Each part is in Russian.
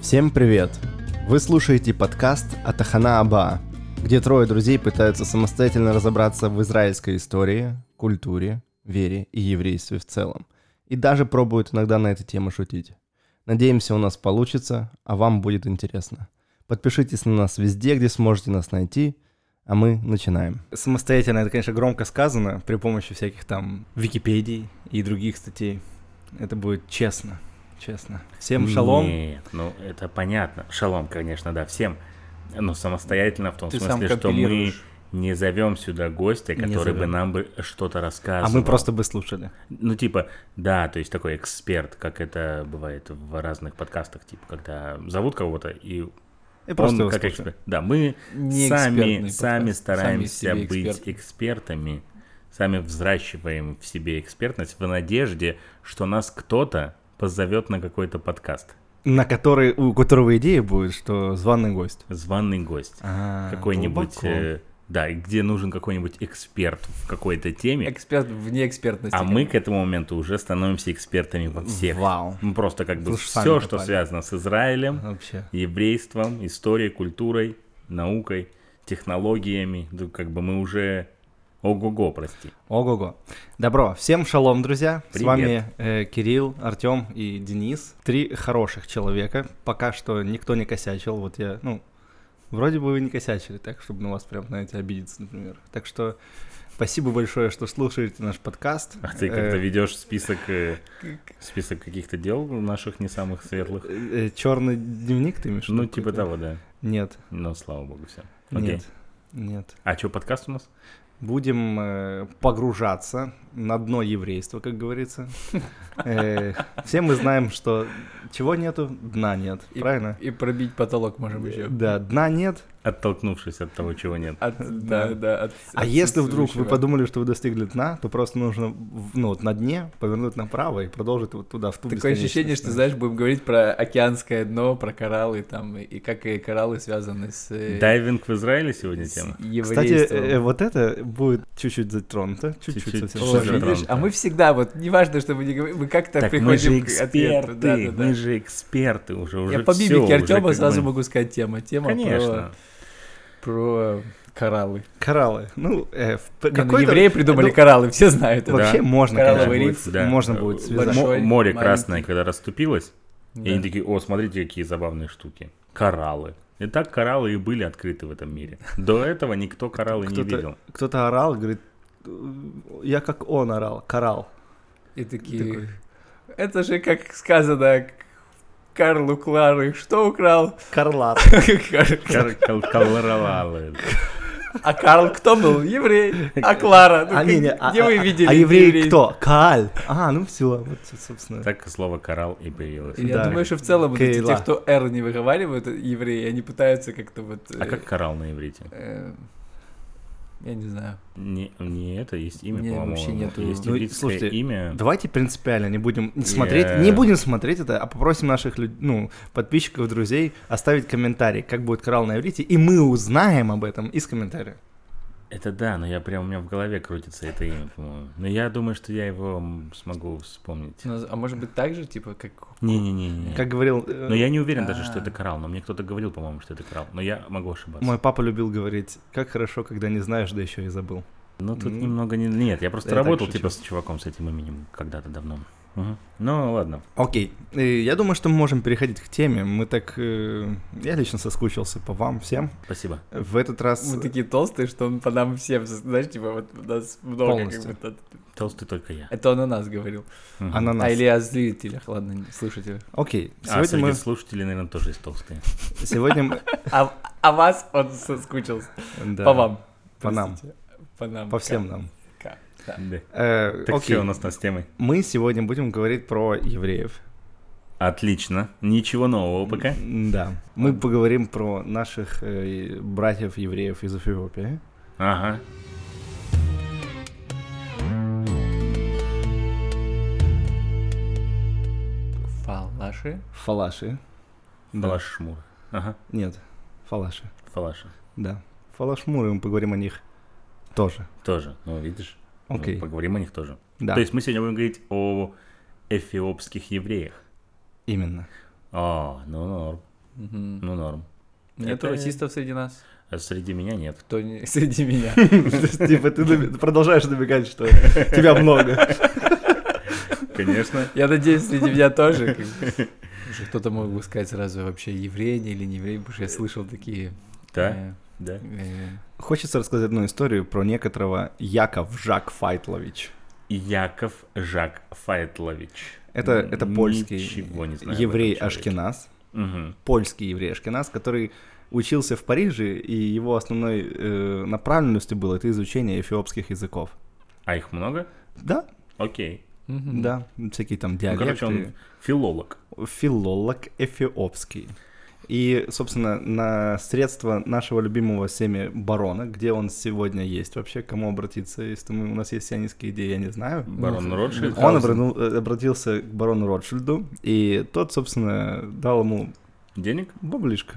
Всем привет! Вы слушаете подкаст «Атахана Аба», где трое друзей пытаются самостоятельно разобраться в израильской истории, культуре, вере и еврействе в целом. И даже пробуют иногда на эту тему шутить. Надеемся, у нас получится, а вам будет интересно. Подпишитесь на нас везде, где сможете нас найти, а мы начинаем. Самостоятельно это, конечно, громко сказано, при помощи всяких там Википедий и других статей. Это будет честно, честно. Всем шалом. Нет, ну это понятно. Шалом, конечно, да, всем. Но самостоятельно в том Ты смысле, сам что мы компилируешь. не зовем сюда гостя, который бы зовем. нам бы что-то А рассказывал. мы просто бы слушали. Ну, типа, да, то есть такой эксперт, как это бывает в разных подкастах, типа, когда зовут кого-то, и И просто он его как слушаем. эксперт. Да, мы Не экспертный сами, подкаст. сами Сами стараемся себе быть эксперты. экспертами, сами взращиваем в себе экспертность в надежде, что нас кто-то позовет на какой-то подкаст. На который, у которого идея будет, что званый гость. А, Званый гость. какой-нибудь, э, да, и где нужен какой-нибудь эксперт в какой-то теме, Эксперт в неэкспертности. а мы к этому моменту уже становимся экспертами во всех. Вау. Мы просто как бы Слушай, сами все, что попали. связано с Израилем, Вообще. еврейством, историей, культурой, наукой, технологиями, ну, как бы мы уже ого-го, прости. Ого-го. Добро. Всем шалом, друзья. С Привет. вами э, Кирилл, Артем и Денис. Три хороших человека. Пока что никто не косячил. Вот я, ну, вроде бы вы не косячили, так, чтобы на вас прям, знаете, обидеться, например. Так что спасибо большое, что слушаете наш подкаст. А ты Э, как-то ведешь список, э, список каких-то дел наших не самых светлых. э, черный дневник ты имеешь? в Ну, виду типа какой-то? того, да. Нет, Но слава богу, все. Окей. нет, нет. А что, подкаст у нас? Будем э, погружаться на дно еврейства, как говорится. Э, Все мы знаем, что чего нету, дна нет, И- правильно? И пробить потолок можем еще. Да, дна нет. Оттолкнувшись от того, чего нет. От- да, да, от- А от если вдруг вы существующего. подумали, что вы достигли дна, то просто нужно в- ну, вот на дне повернуть направо и продолжить вот туда, в ту Такое ощущение, что, бесконечность. знаешь, будем говорить про океанское дно, про кораллы там, и как и кораллы связаны с... э, Дайвинг в Израиле сегодня с тема? Кстати, еврейством. э, вот это будет чуть-чуть затронуто, чуть-чуть Чуть-чуть, совсем. О, Что за чуть-чуть. драма? видишь, а мы всегда, вот, неважно, что мы не говорим, мы как-то Так мы же приходим к эксперты, ответу. Да, да, да. мы же эксперты уже, уже Я по всё, мимике уже как Артема бы- сразу могу сказать тема. Тема про- Конечно. про кораллы. Кораллы. Ну, э, в Не, ну, какой-то- евреи придумали ну, кораллы, все знают это. Да. Вообще можно, Коралловый конечно, риф, будет- можно будет связать. большой, Э, Мо- море маленький. красное, когда расступилось, и Да. они такие, о, смотрите, какие забавные штуки. Кораллы. И так кораллы и были открыты в этом мире. До этого никто кораллы не Кто-то- видел. Кто-то орал, говорит, «Э, я как он орал, коралл. И И такие, такой, это же, как сказано, к- Карлу Клары, что украл? Карлат. Кор- кол- Кораллы. А Карл кто был? Еврей. А Клара? Ну, А, не, не, как- а- Где вы а- видели? А евреи евреев? кто? Кааль. А, ну все, вот, собственно. Так слово коралл и появилось. Я Да. думаю, что в целом вот эти, Кейла. те, кто «р» не выговаривают, э, евреи, они пытаются как-то вот... э, А как коралл на иврите? э, Я не знаю. Не, не это, есть имя, Не, по-моему. вообще нету. Есть Ну, ивритское слушайте, имя. Давайте принципиально не будем смотреть, не Yeah. будем смотреть это, а попросим наших люд- ну, подписчиков, друзей оставить комментарий, как будет коралл на иврите, и мы узнаем об этом из комментариев. Это да, но я прям у меня в голове крутится это имя, по-моему. Но я думаю, что я его м, смогу вспомнить. Ну, а может быть так же, типа, как... Не-не-не. Как говорил, э, Ну, Но я не уверен даже, что это А. коралл. Но мне кто-то говорил, по-моему, что это коралл. Но я могу ошибаться. мой папа любил говорить, как хорошо, когда не знаешь, да еще и забыл. Ну тут М. немного не. Нет, я просто Я так работал шучу. типа с чуваком с этим именем когда-то давно. Мгм. Ну ладно. Окей, э, я думаю, что мы можем переходить к теме. Мы так, э, я лично соскучился по вам всем. Спасибо. В этот раз Мы такие толстые, что он по нам всем, знаешь, типа, вот у нас много как Полностью. будто... Толстый только я. Это он о нас говорил. Мгм. ананас. А или о зрителях, ладно, не- слушателях. Окей, А сегодня среди мы... слушателей, наверное, тоже есть толстые. Сегодня... мы- А, а вас он соскучился. да, По вам. По нам. Простите. По нам. По всем нам. Ка- ка- да. Да. Э, Так ну. Окей, все, у нас с темой. мы сегодня будем говорить про евреев. Отлично. Ничего нового пока. М, Да. Мы поговорим про наших э, братьев-евреев из Эфиопии. Ага. Фалаши. Фалаши. Да. Фалашмур. Ага. Нет, фалаши. Фалаша. Да. Фалашмуры, мы поговорим о них тоже. Тоже. Ну, видишь. Ну, Окей, поговорим о них тоже. да, То есть мы сегодня будем говорить о эфиопских евреях. именно. А, ну, норм. Мгм. Ну, норм. Нету это- расистов среди нас? А среди меня нет. Кто не... среди меня? Типа ты наби- продолжаешь набегать, что тебя много. Конечно. Я надеюсь, среди меня тоже. как бы. Уже кто-то мог бы сказать сразу вообще еврей не или не еврей, потому что я слышал такие... Да, э, да. э, Хочется рассказать одну историю про некоторого Яков Жак Файтлович. Яков Жак Файтлович. Это, это польский Ничего не знаю об этом еврей человеке. Ашкеназ, Мгм. польский еврей Ашкеназ, который учился в Париже, и его основной э, направленностью было это изучение эфиопских языков. А их много? Да, Окей. мгм. да, всякие там Ну, диалекты. короче, он филолог. филолог эфиопский. И, собственно, на средства нашего любимого всеми барона, где он сегодня есть вообще, к кому обратиться, если мы, у нас есть сионистские идеи, я не знаю. Барон Ну, Ротшильд. Он обранул- э, обратился к барону Ротшильду, и тот, собственно, дал ему Денег? баблишко,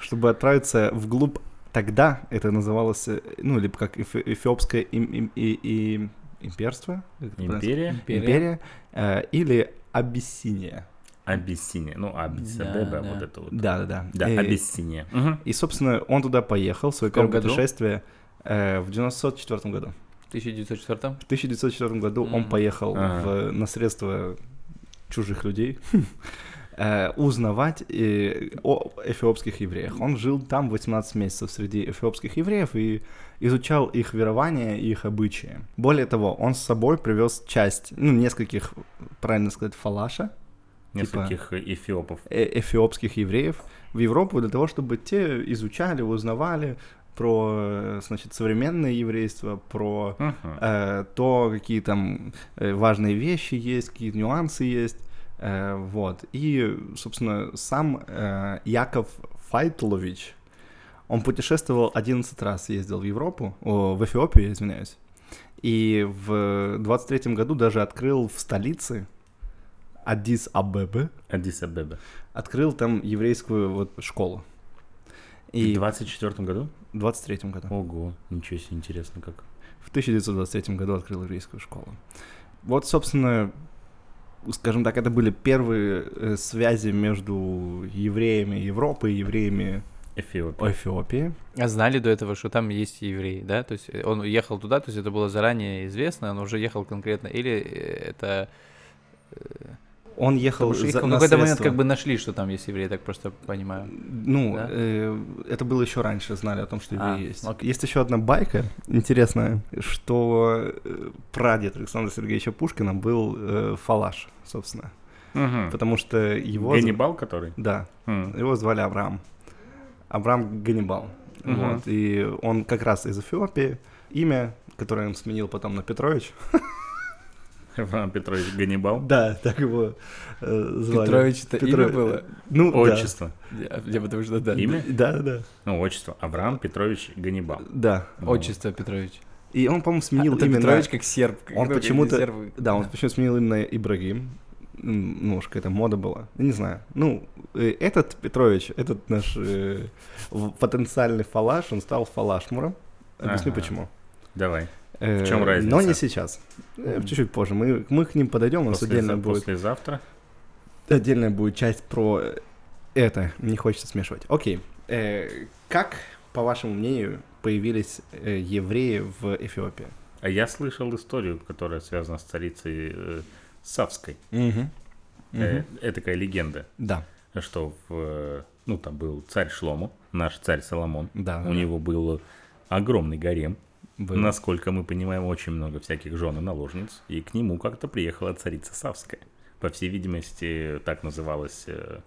чтобы отправиться вглубь. Тогда это называлось, э, ну, либо как эфи- эфиопское им- им- и- и- имперство? Как это правильно Империя? сказать? Империя. э, Или Абиссиния. Абиссиния. Ну, Абиссадеба, Да, да. вот это вот. Да, да, да. Да, Э, Абиссиния. Мгм. И, собственно, он туда поехал в свое В каком первое году? путешествие э, в 904 году. В 1904 В 1904 году он Мгм. поехал Ага. в- на средства чужих людей э, узнавать э, о эфиопских евреях. Он жил там 18 месяцев среди эфиопских евреев и изучал их верование и их обычаи. Более того, он с собой привез часть, ну, нескольких, правильно сказать, фалаша, Нескольких эфиопов. э- эфиопских евреев в Европу для того, чтобы те изучали, узнавали про, э, значит, современное еврейство, про Мгм. э, то, какие там э, важные вещи есть, какие нюансы есть, э, вот. И, собственно, сам э, Яков Файтлович, он путешествовал 11 раз, ездил в Европу, о, в Эфиопию, я извиняюсь, и в 23 году даже открыл в столице Аддис-Абебе, Аддис-Абеба. открыл там еврейскую вот школу. И И в в 24 году? 23 году. Ого, ничего себе, интересно как. В 1923 году открыл еврейскую школу. Вот, собственно, скажем так, это были первые э, связи между евреями Европы и евреями Эфиопия. Эфиопии. А знали до этого, что там есть евреи, да? То есть э, он ехал туда, то есть это было заранее известно, он уже ехал конкретно, или э, это... э, Он ехал потому что их за- в на какой-то момент средства. как бы нашли, что там есть евреи, так просто понимаю. Ну, Да? э, это было еще раньше, знали о том, что евреи А, есть. окей. Есть еще одна байка интересная, что э, прадед Александра Сергеевича Пушкина был э, фалаш, собственно. Мгм. Потому что его... зв- Ганнибал, который? Да, М. его звали Авраам. Авраам Ганнибал. Мгм. Вот, и он как раз из Эфиопии. Имя, которое он сменил потом на Петрович. Иван Петрович Ганнибал. Да, так его э, звали. Петрович это Петро- имя было? Ну, да. Отчество. Я, я потому что, да. Имя? Да, да, да. Ну, отчество. Авраам Петрович Ганнибал. Ну, Да. Отчество Петрович. И он, по-моему, сменил А, это имя на- Петрович как серб. как- Он ну, как почему-то- серб. Да, он почему сменил именно Ибрагим. М, Ну уж какая-то мода была. Я Не знаю. Ну, э, этот Петрович, этот наш э, в- потенциальный фалаш, он стал фалашмуром. Объясню Ага. почему. Давай. Э, чем разница? Но не сейчас. Э, Мгм. Чуть-чуть позже. Мы, мы к ним подойдем, у нас После- отдельно будет, Послезавтра. отдельная будет часть про э, это. Не хочется смешивать. Окей. Э, как, по вашему мнению, появились э, евреи в Эфиопии? А я слышал историю, которая связана с царицей э, Савской. Э, Мгм. Это такая легенда, Да. что в, э, ну там был царь Шлому, наш царь Соломон. Да. У него был огромный гарем. Был. Насколько мы понимаем, очень много всяких жен и наложниц. И к нему как-то приехала царица Савская. По всей видимости, так называлась э,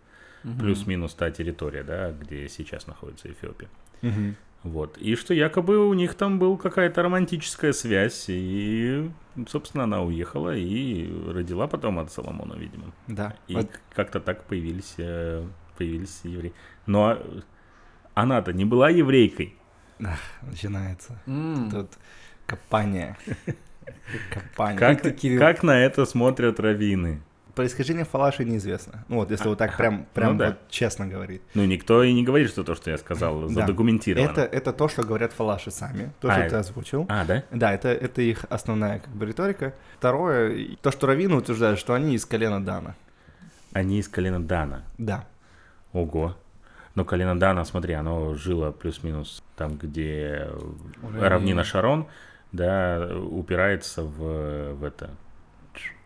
Мгм. плюс-минус та территория, да, где сейчас находится Эфиопия. Мгм. Вот. И что якобы у них там была какая-то романтическая связь, и, собственно, она уехала и родила потом от Соломона, видимо. Да. И Вот. к- как-то так появились, э, появились евреи. Но э, она-то не была еврейкой. Начинается. М. Тут копание. Копание. Как, ты, Кирилл. как на это смотрят раввины? Происхождение фалаши неизвестно. Ну вот, если вот так прям, прям А, Ну да. вот честно говорить. Ну, никто и не говорит, что то, что я сказал, задокументировано. Это, это то, что говорят фалаши сами, то, А, что ты это- озвучил. А, да? Да, это, это их основная как бы риторика. Второе, и то, что раввины утверждают, что они из колена Дана. Они из колена Дана. Да. Ого. Но Калинадана, смотри, оно жило плюс-минус там, где Уровень. равнина Шарон, да, упирается в, в это,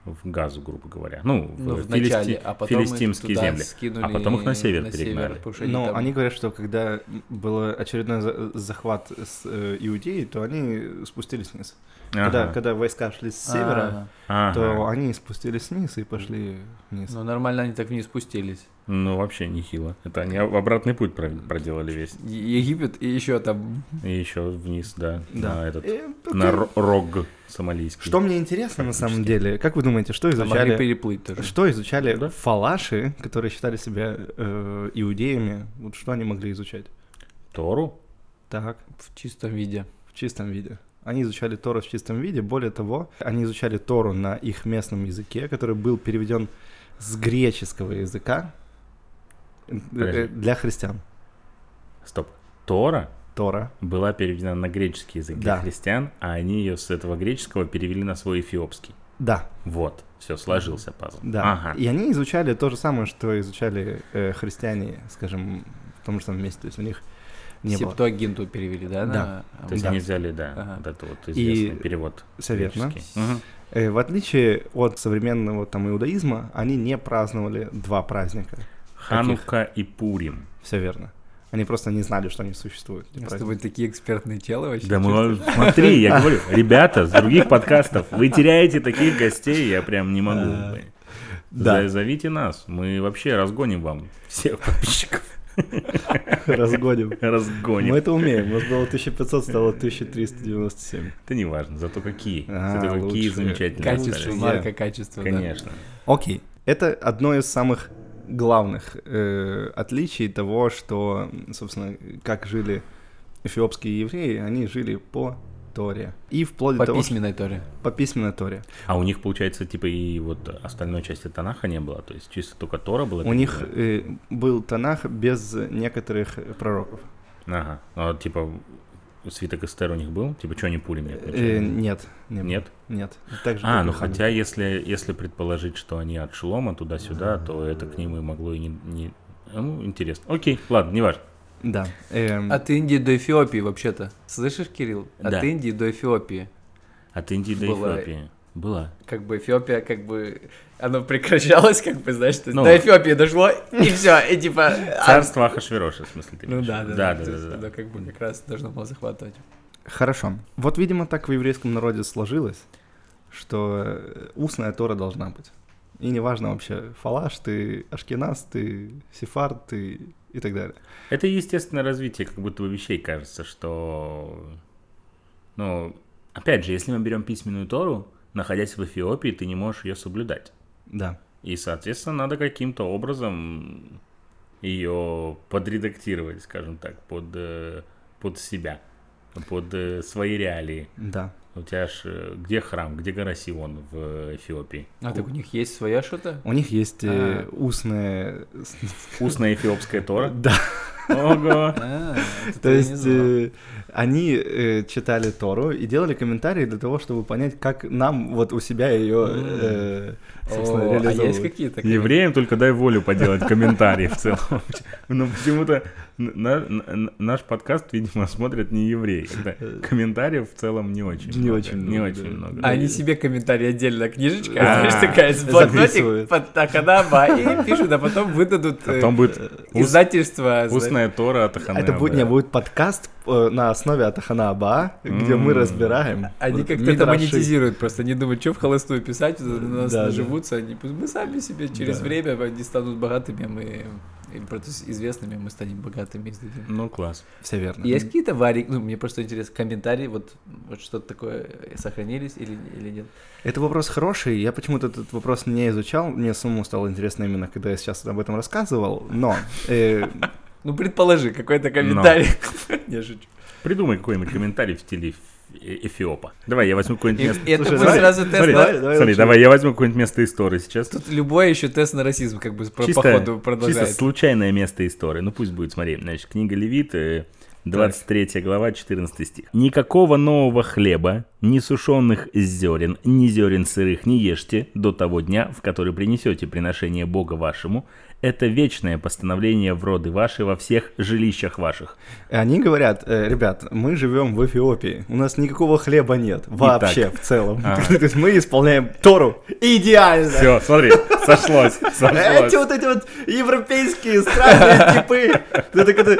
в газу, грубо говоря. Ну, в, Ну, в филисти- начале, а потом их филистимские туда земли. скинули А потом их на север перегнали. потому что Но там- Ну, они говорят, что когда был очередной за- захват с э, Иудеи, то они спустились вниз. Когда, Ага. когда войска шли с А, севера, Ага. то они спустились вниз и пошли вниз. Ну, нормально они так вниз спустились. Ну, вообще нехило. Это они об- обратный путь про- проделали весь. Е- Египет и еще там И еще вниз, да, Да. на этот, Э, окей. на Ро- рог сомалийский. Что мне интересно на самом деле, как вы думаете, что могли изучали? переплыть тоже. Что изучали Да. фалаши, которые считали себя э, иудеями? Вот что они могли изучать? Тору? Так. В чистом виде. в чистом виде. Они изучали Тору в чистом виде. Более того, они изучали Тору на их местном языке, который был переведен с греческого языка э, э, Подожди. для христиан. Стоп. Тора Тора. была переведена на греческий язык Да. для христиан, а они ее с этого греческого перевели на свой эфиопский. Да, Вот, все, сложился пазл. да. Ага. И они изучали то же самое, что изучали э, христиане, скажем, в том же самом месте. То есть у них не было. Септуагинту перевели, да? Да. на- То есть Да. они взяли, да, Ага. вот этот вот известный И- перевод. Всё верно. греческий. Мгм. Э, в отличие от современного там иудаизма, они не праздновали два праздника. Ханука и Пурим. Все верно. Они просто не знали, что они существуют. эти Мы с праздники. тобой такие экспертные тела вообще. Да мы, смотри, я говорю, ребята, с других подкастов, вы теряете таких гостей, я прям не могу. блин. Да. За- Зовите нас, мы вообще разгоним вам всех подписчиков. Разгоним. Мы Разгоним. это умеем. У нас было 1500, стало 1397. Это не важно, зато какие. А, Зато какие лучшие. замечательные Качество, остались. марка качества. да. Конечно. Окей. Это одно из самых главных э, отличий того, что, собственно, как жили эфиопские евреи, они жили по Торе. И вплоть до По того, что- письменной торе. по письменной Торе. А у них, получается, типа и вот остальной части Танаха не было, то есть чисто только Тора была. типа, У них э, был Танах без некоторых пророков. Ага. А вот, типа свиток Эстер у них был? Типа что они пулями Э, нет, не было. Нет? Нет. Так же, А, как ну и Ханука. хотя, если, если предположить, что они от Шелома туда-сюда, то это к ним и могло и не... не- Ну, интересно. Окей, ладно, не важно. Да. Эм, От Индии до Эфиопии вообще-то. Слышишь, Кирилл? Да. От Индии до Эфиопии. От Индии до Была. Эфиопии. Была. Как бы Эфиопия, как бы... Оно прекращалось, как бы, знаешь, то есть Ну. до Эфиопии дошло, и все, и типа... а- Царство Ахашвероша, в смысле, ты Ну имеешь да, в да, виду? да, да, то есть да, да, оно как бы как раз должно было захватывать. Хорошо. Вот, видимо, так в еврейском народе сложилось, что э, устная Тора должна быть. И неважно вообще, фалаш ты, ашкеназ ты, сефард ты и так далее. Это естественное развитие как будто бы вещей, кажется, что... Ну, опять же, если мы берем письменную Тору, находясь в Эфиопии, ты не можешь ее соблюдать. Да. И, соответственно, надо каким-то образом ее подредактировать, скажем так, под, э, под себя, под э, свои реалии. Да. У тебя ж э, где храм, где гора Сион в Эфиопии? А так у них есть своя что-то? У них есть э, А. устная... Устная эфиопская Тора. Да, Ого! А, это то я не есть знал. э, они э, читали Тору и делали комментарии для того, чтобы понять, как нам вот у себя ее, э, собственно, О, а есть реализовывать. какие-то? Евреям только дай волю поделать комментарии в целом. Но почему-то на- на- наш подкаст, видимо, смотрят не евреи. когда Комментариев в целом не очень Не много. очень Не много, очень да. много. А они себе комментарии отдельно, книжечка, А, знаешь, такая, с блокнотик записывают. под Аканаба, и пишут, а потом выдадут э, Потом будет уст- издательство. знаешь. устная Тора от Это Аханеаба. будет, не, будет подкаст э, на основе Атахана Аба, где мы М. разбираем. Они вот как-то это мидраши. монетизируют просто, не думают, что в холостую писать, вот на нас Да, да. наживутся, они пусть мы сами себе через Да. время они станут богатыми, а мы и просто с- известными, мы станем богатыми. и издадим. Ну, класс. Все верно. Есть какие-то варик, ну мне просто интересно, комментарии, вот, вот что-то такое э, сохранились или, или нет? Это вопрос хороший. Я почему-то этот вопрос не изучал. Мне самому стало интересно именно, когда я сейчас об этом рассказывал. Но э, Ну предположи, какой-то комментарий. Не шучу. Придумай какой-нибудь комментарий в стиле э- Эфиопа. Давай, я возьму какой-нибудь место. И Это Слушай, будет давай- сразу тест Смотри, на- давай- давай смотри, лучше. давай, я возьму какое-нибудь место истории сейчас. Тут любой еще тест на расизм, как бы, про- по Чисто- ходу Чисто продолжает. случайное место истории. Ну пусть будет, смотри, значит, книга Левит, э, 23 глава, 14 стих. «Никакого нового хлеба, ни сушеных зерен, ни зерен сырых не ешьте до того дня, в который принесете приношение Бога вашему. Это вечное постановление в роды ваши во всех жилищах ваших». И Они говорят, «Э, ребят, мы живем в Эфиопии, у нас никакого хлеба нет вообще в целом. То есть мы исполняем Тору идеально. Все, смотри, сошлось, сошлось. Эти вот эти вот европейские странные типы, это когда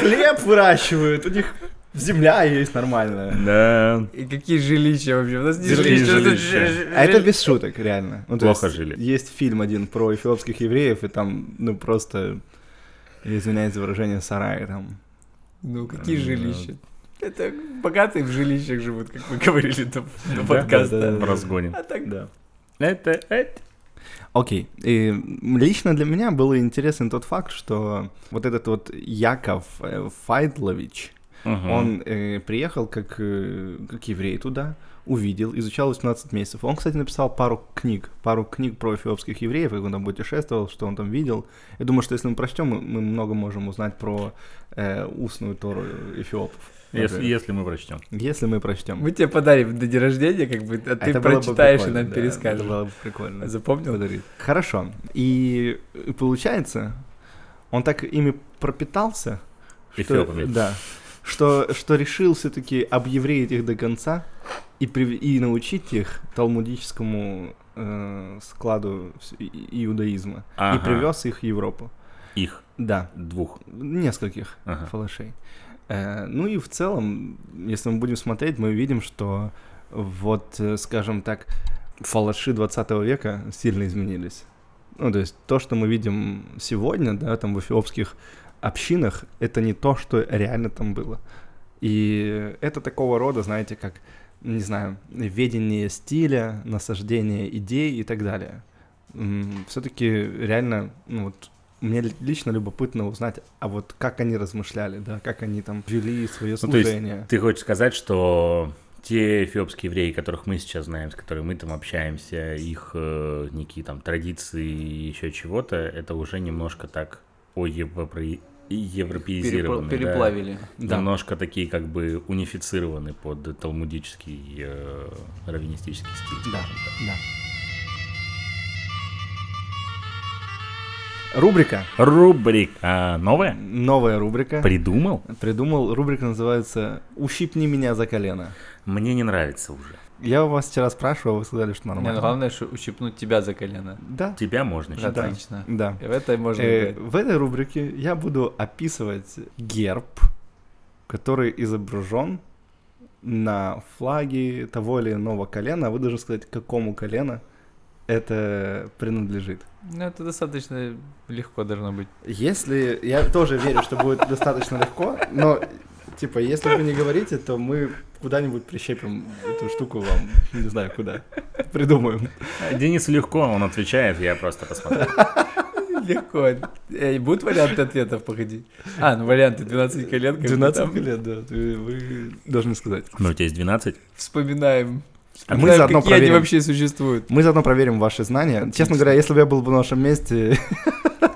хлеб выращивают, у них земля есть нормальная. Да, И какие жилища вообще? У нас не Жилища, жилища. у нас жилища. жи- А это жи- без шуток, реально. Ну, то Плохо есть жили. Есть фильм один про эфиопских евреев, и там, ну, просто, я извиняюсь за выражение, сараи там. Ну, какие жилища? Это богатые в жилищах живут, как вы говорили до, до да, подкаста. да. в разгоне. А так Да. Это, это. Окей. И м, лично для меня был интересен тот факт, что вот этот вот Яков э, Файдлович, Мгм. он э, приехал как, э, как еврей туда, увидел, изучал 18 месяцев. Он, кстати, написал пару книг, пару книг про эфиопских евреев, как он там путешествовал, что он там видел. Я думаю, что если мы прочтем, мы, мы много можем узнать про э, устную Тору эфиопов. Если, например. если мы прочтем. Если мы прочтем. мы тебе подарим до дня рождения, как бы, а ты Это было бы прочитаешь и прикольно, нам да, перескажешь. Это было бы прикольно. Запомнил? Подарит. Хорошо. И э, получается, он так ими пропитался, что, Эфиопами. да, что, что решил все-таки объевреить их до конца и, прив- и научить их талмудическому э, складу вс- и- и- иудаизма. И Ага. привез их в Европу. Их Да, двух. нескольких Ага. фалашей. Э, ну и в целом, если мы будем смотреть, мы видим, что вот, э, скажем так, фалаши 20 века сильно изменились. Ну, то есть то, что мы видим сегодня, да, там в эфиопских общинах, это не то, что реально там было. И это такого рода, знаете, как, не знаю, ведение стиля, насаждение идей и так далее. Все-таки реально, ну вот, мне ли- лично любопытно узнать, а вот как они размышляли, да, как они там вели свое Ну, то есть служение. Ты хочешь сказать, что те эфиопские евреи, которых мы сейчас знаем, с которыми мы там общаемся, их э, некие там традиции и еще чего-то, это уже немножко так о европе- европеизированы, Перепла- да? Переплавили. Да. Немножко такие как бы унифицированы под талмудический э, раввинистический стиль. Да, скажем так. да. Рубрика. Рубрика Э. новая? Новая рубрика. Придумал? Придумал. Рубрика называется «Ущипни меня за колено». Мне не нравится уже. Я у вас вчера спрашивал, вы сказали, что Не, ну, нормально. главное, что ущипнуть тебя за колено. Да, Тебя можно Да, считать. Да. Отлично. да. И в это можно Э, играть. в этой рубрике я буду описывать герб, который изображен на флаге того или иного колена. Вы должны сказать, к какому колено это принадлежит. Ну, это достаточно легко должно быть. Если... Я тоже верю, что будет достаточно легко, но, типа, если вы не говорите, то мы куда-нибудь прищепим эту штуку вам. Не знаю, куда. Придумаем. Денис легко, он отвечает, я просто посмотрю. Легко. Э, Будут варианты ответов, погоди. А, ну варианты 12 колен. как бы 12 там. колен, да. ты- Вы должны сказать. Ну, у тебя есть 12. Вспоминаем. А мы Вспоминаем, заодно какие проверим. они вообще существуют. Мы заодно проверим ваши знания. Честно говоря, если бы я был бы на вашем месте,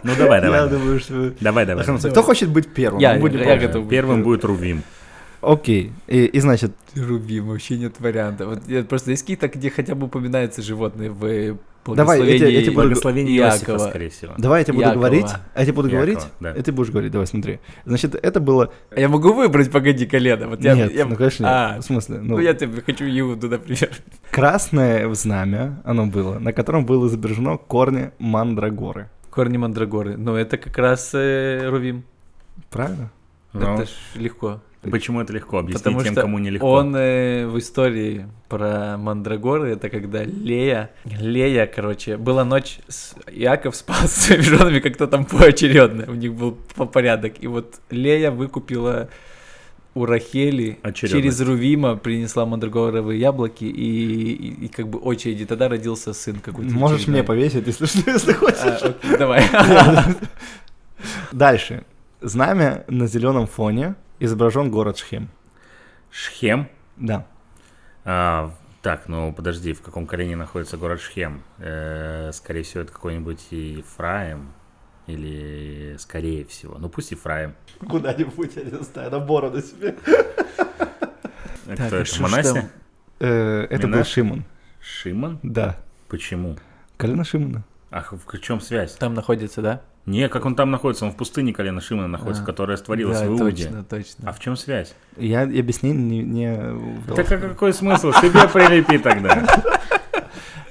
Ну, давай, я давай. думаю, что... Давай, давай. Ахану, Кто хочет быть первым? Я- Мы будем я пробовать. готов. буду. Первым будет Рувим. Окей. И, и, значит, Рубим, вообще нет вариантов. Вот я- просто есть какие-то, где хотя бы упоминаются животные в Э, Давай, я тебе- я тебе буду- Благословение Иосифа, Якова. скорее всего. давай я тебе буду Якова. говорить. А я тебе буду Якова, говорить. да. И ты будешь говорить. Давай, смотри. Значит, это было... А Я могу выбрать, погоди, колено. Вот я, Нет, я- ну, конечно, нет. А, В смысле? ну, я тебе хочу Иуду, например. Красное знамя, оно было, на котором было изображено корни мандрагоры. Корни мандрагоры. Ну, это как раз э, Рувим. Правильно? Ну, Это ж легко. Почему это легко? Объясни Потому тем, что кому нелегко. Он э, в истории про Мандрагоры, это когда Лея, Лея, короче, была ночь, с... Яков спал с своими женами как-то там поочередно, у них был по порядок, и вот Лея выкупила у Рахели Очередно. через Рувима принесла мандрагоровые яблоки и, и, и как бы очереди, тогда родился сын какой-то. Можешь мне очередной. повесить, если, что, если хочешь. А, окей, давай. Дальше. Знамя на зеленом фоне изображен город Шхем. Шхем. Да. А, так, ну подожди, в каком колене находится город Шхем? Э, скорее всего, это какой-нибудь Ефраим. Или скорее всего. Ну пусть Ефраим. Куда-нибудь, я не знаю, на бороду себе. А Так, Кто а это? что ж там? Манасе? Э, Это был Минаж? Шимон. Шиман? Да. Почему? Колено Шимона. Ах, в чем связь? Там находится, да? Не, как он там находится, он в пустыне колена Шимана находится, А. которая створилась да, в Иуде. точно, А точно. в чем связь? Я объяснение не... не дал. Так а какой смысл? Себе прилепи тогда.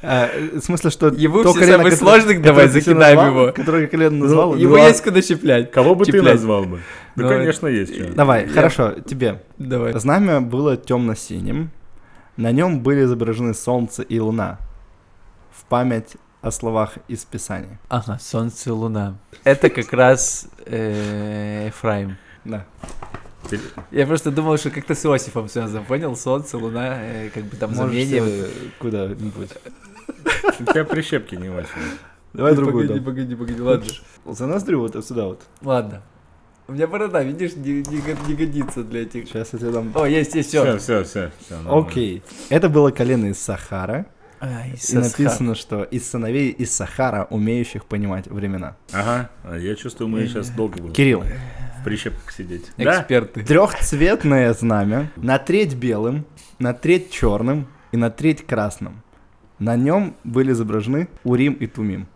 А, э, в смысле, что... Его то все колено, самые которое- сложных давай которое ты закидаем назвал, его. Которое колено Ну, назвал. Его ну, а- есть куда щеплять. Кого бы ты Чеплять. назвал бы? Да, Ну, конечно, есть. чё. Давай, Я- хорошо, тебе. Давай. Знамя было темно-синим. На нем были изображены солнце и луна. В память о словах из Писания. Ага, солнце и луна. Это как раз э, Эфраим. Да. Ты- Я просто думал, что как-то с Иосифом связано, понял? Солнце, луна, э, как бы там Можешь замене. э, куда-нибудь. У тебя прищепки не очень. Давай другую. Погоди, дам. погоди, погоди, ладно. За ноздрю вот сюда вот. Ладно. У меня борода, видишь, не, не го- не годится для этих. Сейчас я тебе дам. О, есть, есть, все. Все, все, все. Окей. Это было колено из Сахара. Ай, И написано, что из сыновей из Сахара, умеющих понимать времена. Ага, а я чувствую, мы сейчас долго будем Кирилл. в прищепках сидеть. Да? Эксперты. Трехцветное знамя, на треть белым, на треть черным и на треть красным. На нем были изображены Урим и Тумим.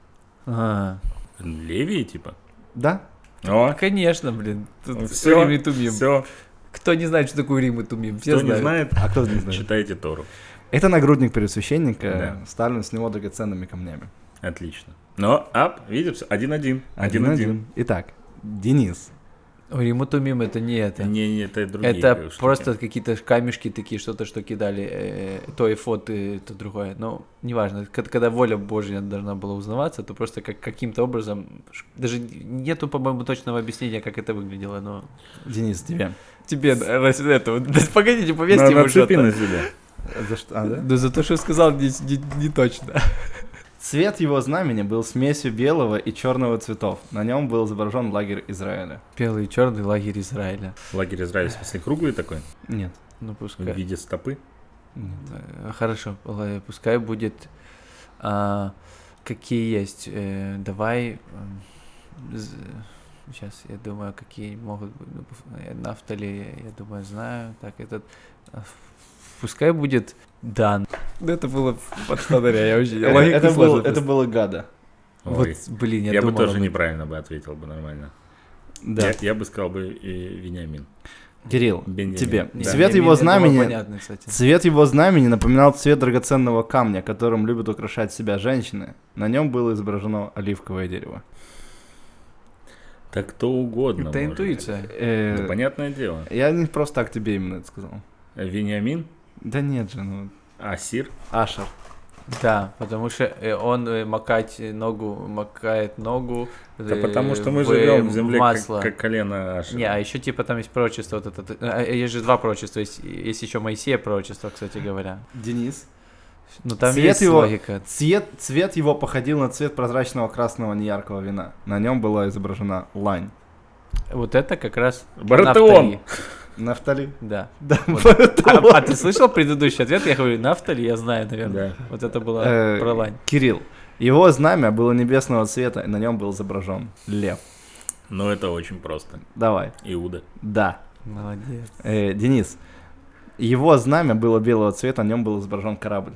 А, Левии, типа? Да? О, конечно, блин. Тут Всё, Рим и Тумим. все. Кто не знает, что такое Рим и Тумим? Все Кто не знают. знает, А кто не знает? читайте Тору. Это нагрудник пересвященника, Да. вставлен с него драгоценными камнями. Отлично. Но, ап, видишь, один-один. Один-один. Один-один. Итак, Денис. Ой, Рим и Тумим это не это. Не, не, это другие. Это э, штуки. просто какие-то камешки такие, что-то, что кидали, э, то и фот, и то другое. Ну, неважно. К- Когда воля Божья должна была узнаваться, то просто как, каким-то образом... ш- Даже нету, по-моему, точного объяснения, как это выглядело, но... Денис, тебе. Тебе, да, раз- это, да погодите, повесьте На- его Нацепи что-то. на себя. За что? А, да? Да за то, что сказал, не, не- не точно. Цвет его знамени был смесью белого и черного цветов. На нем был изображен лагерь Израиля. Белый и черный лагерь Израиля. Лагерь Израиля, в смысле, круглый такой, Нет. Ну, в пускай. виде стопы. нет. Э, Хорошо, л- пускай будет... а, какие есть? э, давай... Сейчас я думаю, какие могут быть. Ну, пф- э, Нафтали, я думаю, знаю. Так, этот... а, ф- Пускай будет Дан. Это было под фонаря, я очень... Это, Э, это было, это было гада. Вот, Ой, блин, я, я бы думала тоже бы. неправильно бы ответил бы нормально. Да. Я, я бы сказал бы э, Вениамин. Кирилл, Беньямин. тебе. Да. Цвет Не, его мне это было знамени. понятно, кстати. Цвет его знамени напоминал цвет драгоценного камня, которым любят украшать себя женщины. На нем было изображено оливковое дерево. Да кто угодно. Это может. интуиция. Э, Да, понятное дело. Я не просто так тебе именно это сказал. Вениамин, Да нет же, ну... Асир. Ашер. Да, потому что э, он э, макать ногу, макает ногу. Да э, потому что мы в, живем э, в земле, как, масло. как колено Ашера. Не, а еще типа там есть пророчество вот это. э, э, Есть же два пророчества, есть, есть еще Моисея пророчество, кстати говоря. Денис. Ну там Цвет есть его- логика. Цвет, цвет его походил на цвет прозрачного красного неяркого вина. На нем была изображена лань. Вот это как раз Баратеон. нафтали. Нафтали. Да. Да, Вот. А, а ты слышал предыдущий ответ? Я говорю, нафтали, я знаю, наверное. Да. Вот это было Э, про лань. Кирилл. Его знамя было небесного цвета, и на нем был изображен лев. Но это очень просто. Давай. Иуда. Да. Молодец. Э, Денис. Его знамя было белого цвета, на нем был изображен корабль.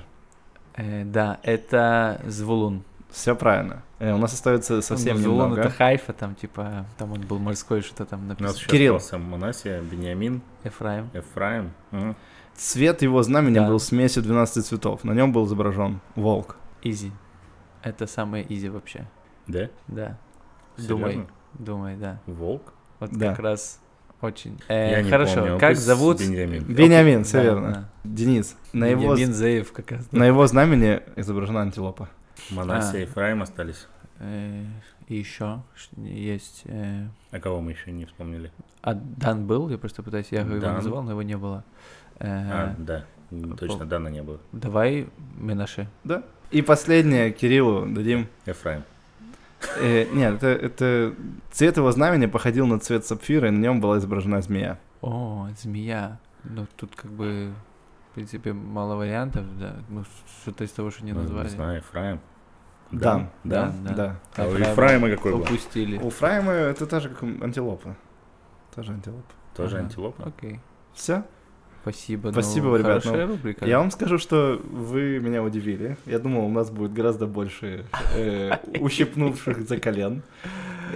Э, да, это Звулун. Все правильно. Э, у нас остается совсем Ну, Звулун Ну, немного. Ну, это Хайфа, там типа, там он был морской, что-то там У нас написано. еще Кирилл. остался Манасия, Бениамин, Эфраим. Эфраим. Мгм. Цвет его знамени Да. был смесью 12 цветов. На нем был изображен волк. Изи. Это самое изи вообще. Да? Да. Думай, Серьезно? думай, да. Волк? Вот Да. как раз очень. Э, Я не хорошо, помню. как Пусть зовут? Беньямин. Бениамин, все Да, верно. да. Денис, на его, Беньямин Зеев как раз. да. на его знамени изображена антилопа. Манасия А. и Эфраим остались. Э, и еще есть... э, А кого мы еще не вспомнили? а Дан был, я просто пытаюсь, я его Дан. называл, но его не было. Э, А, да. М, Точно, пол- Дана не было. Давай Менаше. И последнее Кириллу дадим. Эфраим. Э, нет, это, это цвет его знамени походил на цвет сапфира, и на нем была изображена змея. О, змея. Ну, тут как бы, в принципе, мало вариантов, да. Ну, что-то из того, что не Ну, назвали. Не знаю, Эфраим. Да. Да. Да. Да. А у Ефраима Ефраима какой был? Упустили. У Фрайма это та же, как антилопа. Тоже антилопа. Тоже Ага. антилопа. Окей. Все. Спасибо. ну, Спасибо, ребят, Хорошая рубрика. Я вам скажу, что вы меня удивили. Я думал, у нас будет гораздо больше э, ущипнувших за колен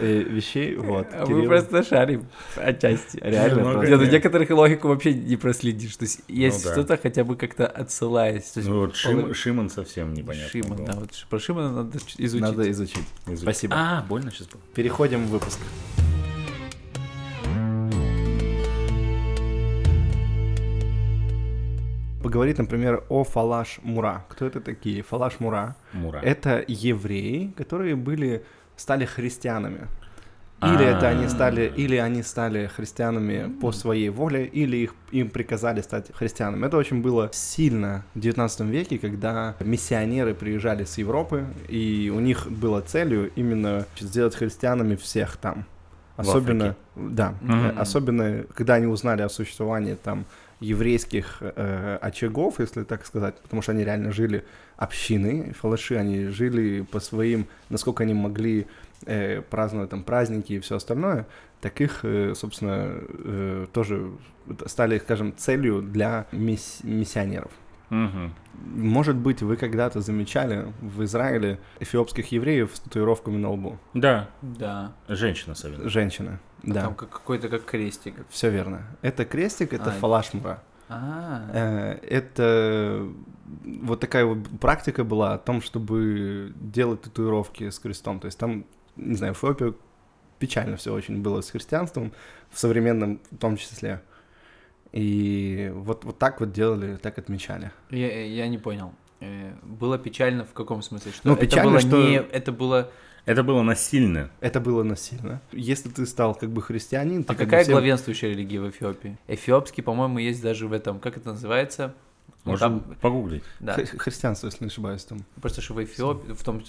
э, вещей. Вот. А Кирилл. Мы просто шарим отчасти. Реально Много. просто. Нет, у Нет. ну, некоторых логику вообще не проследишь. То есть есть да. что-то, хотя бы как-то отсылаясь. То есть Ну вот Шим- полы- Шиман совсем непонятно Шиман, было. да, вот ш- про Шимана надо ч- изучить. Надо изучить. Из- Спасибо. А, больно сейчас было. Переходим в выпуск. Поговорить, например, о Фалаш Мура. Кто это такие? Фалаш Мура. Мура. Э, Это евреи, которые были стали христианами. Или это они стали, или они стали христианами по своей воле, или их, им приказали стать христианами. Это очень было сильно в 19 веке, когда миссионеры приезжали с Европы, и у них было целью именно сделать христианами всех там. В Особенно, да, Мгм. особенно, когда они узнали о существовании там еврейских э, очагов, если так сказать, потому что они реально жили общины, фалаши, они жили по своим, насколько они могли э, праздновать там праздники и все остальное, так их, э, собственно, э, тоже стали, скажем, целью для мисс- миссионеров. Мгм. Может быть, вы когда-то замечали в Израиле эфиопских евреев с татуировками на лбу? Да, Да. женщина особенно. Женщины, да. Там как- какой-то как крестик. Все верно. Это крестик, это А, фалашмура. А, Э, Это вот такая вот практика была о том, чтобы делать татуировки с крестом. То есть там, не знаю, в Эфиопии печально все очень было с христианством, в современном в том числе. И вот, вот так вот делали, так отмечали. я, я не понял. Э, Было печально в каком смысле? Что Ну, это печально, было что- не... Это было... Это было насильно. Это было насильно. Если ты стал как бы христианин, ты А как бы какая всем- главенствующая религия в Эфиопии? Эфиопский, по-моему, есть даже в этом... Как это называется? Ну, Можно там- погуглить. Да. Хри- Христианство, если не ошибаюсь, там. Просто что в Эфиопии, в том,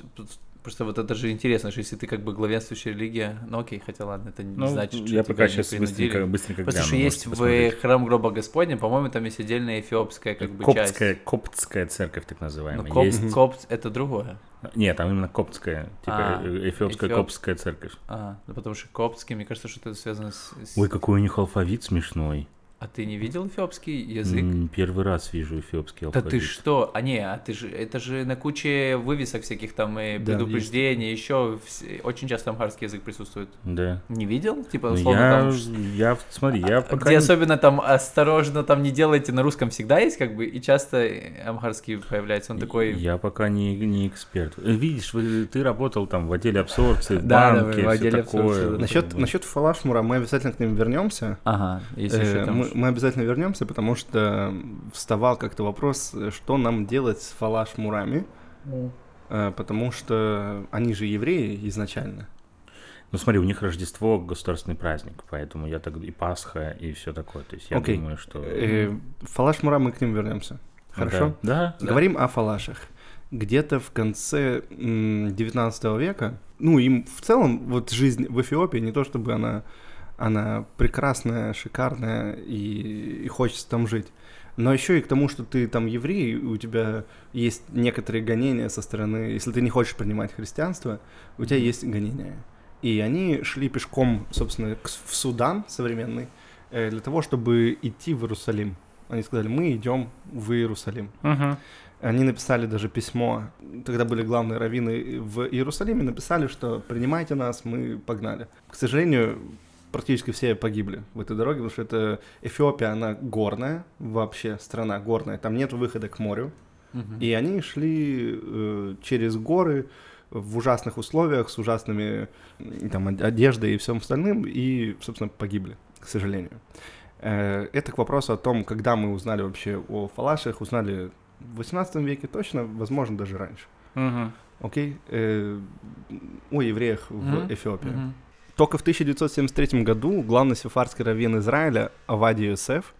просто вот это же интересно, что если ты как бы главенствующая религия, ну окей, хотя ладно, это не Ну, значит, что я тебя пока не сейчас принудили. быстренько, быстренько Просто гляну, что есть можете в посмотреть. храм гроба Господня, по-моему, там есть отдельная эфиопская как бы Коптская, часть. коптская церковь, так называемая. Но коп- Есть... копт это другое. Нет, там именно коптская, типа А, э, эфиопская эфиоп. коптская церковь. А, ну потому что коптский, мне кажется, что это связано с... с- Ой, какой у них алфавит смешной. А ты не видел эфиопский язык? М, Первый раз вижу эфиопский Да алфавит. ты что? А не, а ты же, это же на куче вывесок всяких там и Да, предупреждений, еще вс- очень часто амхарский язык присутствует. Да. Не видел? Типа, Ну, условно, я, там А, я, смотри, я пока... Где не- особенно там осторожно там не делайте на русском всегда есть как бы и часто э, амхарский появляется он такой Я пока не, не эксперт. Э, Видишь, вы- ты работал там в отделе абсорбции, в Да, да, банке, в всё отделе такое. Ну, абсорбции, да. Насчет, Вот. насчет фалашмура мы обязательно к ним вернемся. ага если Э, еще там мы, мы обязательно вернемся, потому что вставал как-то вопрос, э, что нам делать с фалаш-мурами, э, потому что они же евреи изначально. Ну смотри, у них Рождество государственный праздник, поэтому я так и Пасха и все такое. То есть я Окей. думаю, что Э, Фалаш-мура, мы к ним вернемся. Хорошо? Да. да. Говорим о фалашах. Где-то в конце м, 19 века, ну, им в целом, вот жизнь в Эфиопии, не то чтобы она, она прекрасная, шикарная и, и хочется там жить, но еще и к тому, что ты там еврей, и у тебя есть некоторые гонения со стороны, если ты не хочешь принимать христианство, у тебя есть гонения. И они шли пешком, собственно, к с- в Судан современный, э, для того, чтобы идти в Иерусалим. Они сказали, мы идем в Иерусалим. Мгм. Они написали даже письмо, тогда были главные раввины в Иерусалиме, написали, что принимайте нас, мы погнали. К сожалению, практически все погибли в этой дороге, потому что это Эфиопия, она горная вообще, страна горная, там нет выхода к морю. Мгм. И они шли э, через горы в ужасных условиях, с ужасными м, там, од- одеждой и всем остальным, и, собственно, погибли, к сожалению. Э, это к вопросу о том, когда мы узнали вообще о фалашах, узнали в 18 веке точно, возможно, даже раньше. Мгм. Окей? Э, о евреях Мгм. в Эфиопии. Мгм. Только в 1973 году главный сефардский раввин Израиля Авади Юсеф,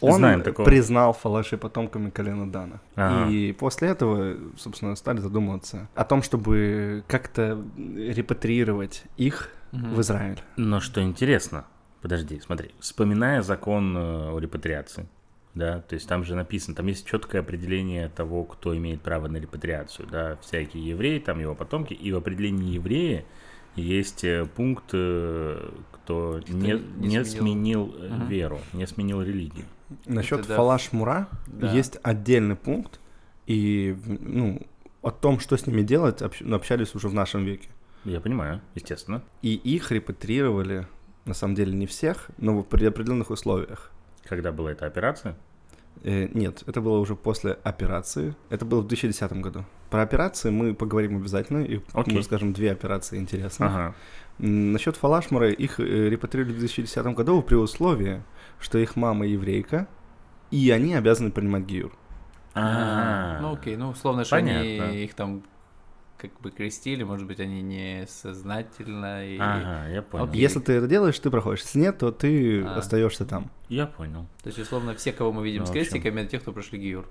он Знаем такого. признал фалаши потомками колена Дана. Ага. И после этого, собственно, стали задумываться о том, чтобы как-то репатриировать их Мгм. в Израиль. Но что интересно, подожди, смотри, вспоминая закон э, о репатриации, да, то есть там же написано, там есть четкое определение того, кто имеет право на репатриацию, да, всякие евреи, там его потомки, и в определении евреи есть э, пункт, э, кто не, не не сменил. сменил э, Мгм. веру, не сменил религию. Насчет Это да. фалаш мура Да. есть отдельный пункт, и ну, о том, что с ними делать, общ- ну, общались уже в нашем веке. Я понимаю, естественно. И их репатрировали, на самом деле не всех, но в- при определенных условиях. Когда была эта операция? Э, нет, это было уже после операции. Это было в 2010 году. Про операции мы поговорим обязательно, и Окей. мы расскажем две операции интересные. Ага. М, Насчет фалашмара, их э, репатрировали в 2010 году при условии, что их мама еврейка, и они обязаны принимать гиюр. А, Ну окей, ну условно, что они Понятно. их там как бы крестили, может быть, они несознательно и... Ага, я понял. Окей. Если ты это делаешь, ты проходишь. Если нет, то ты А. остаешься там. Я понял. То есть, условно, все, кого мы видим Ну, с в общем. крестиками, это те, кто прошли гиюр.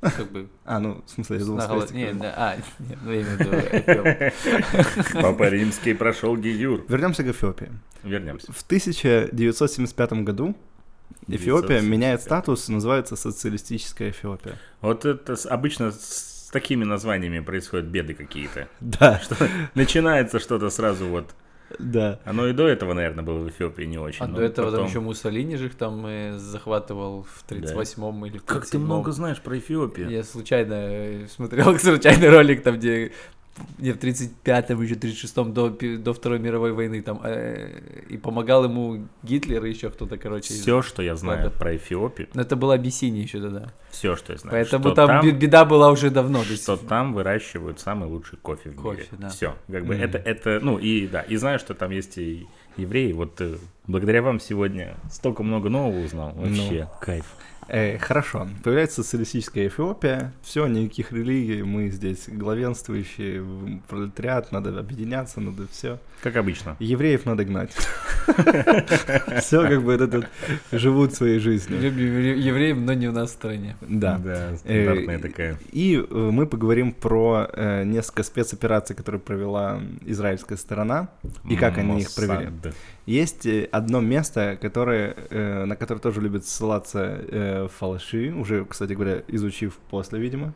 Как бы... А, ну, в смысле, я думал, на с голо- крестиками. Не, да, а, нет, ну, я имею в виду, э, Папа Римский прошел Гиюр. Вернемся к Эфиопии. Вернемся. В 1975 году Эфиопия 975. меняет статус, называется социалистическая Эфиопия. Вот это с- обычно с такими названиями происходят беды какие-то. Да, Начинается что-то сразу вот. да. Оно и до этого, наверное, было в Эфиопии не очень. А но до этого там ну, потом- еще Муссолини же их там э, захватывал в 38-м или в Как ты 37-м. много знаешь про Эфиопию? Я случайно э, смотрел случайный ролик там, где мне в 35-м, еще 36-м, до, пи- до Второй мировой войны там, э, и помогал ему Гитлер и еще кто-то, короче. из- Все, что я знаю Ладно. про Эфиопию, Но это была Абиссиния еще тогда. все, что я знаю. Поэтому что там, бе- беда была уже давно. то есть- что там выращивают самый лучший кофе в Кофе, мире. да. Все, как бы Мгм. это, это, ну и да, и знаю, что там есть и евреи. Вот э, благодаря вам сегодня столько много нового узнал. Вообще кайф. Э, хорошо. Появляется социалистическая Эфиопия. Все, никаких религий. Мы здесь главенствующие, м, пролетариат, надо объединяться, надо все. Как обычно. Евреев надо гнать. Все как бы это тут живут своей жизнью. Любим евре- евреев, но не у нас в стране. Да. Э, стандартная такая. И э, мы поговорим про э, несколько спецопераций, которые провела израильская сторона, и как они их провели. Моссад. Есть э, одно место, которое, э, на которое тоже любят ссылаться э, фалаши, уже, кстати говоря, изучив после, видимо.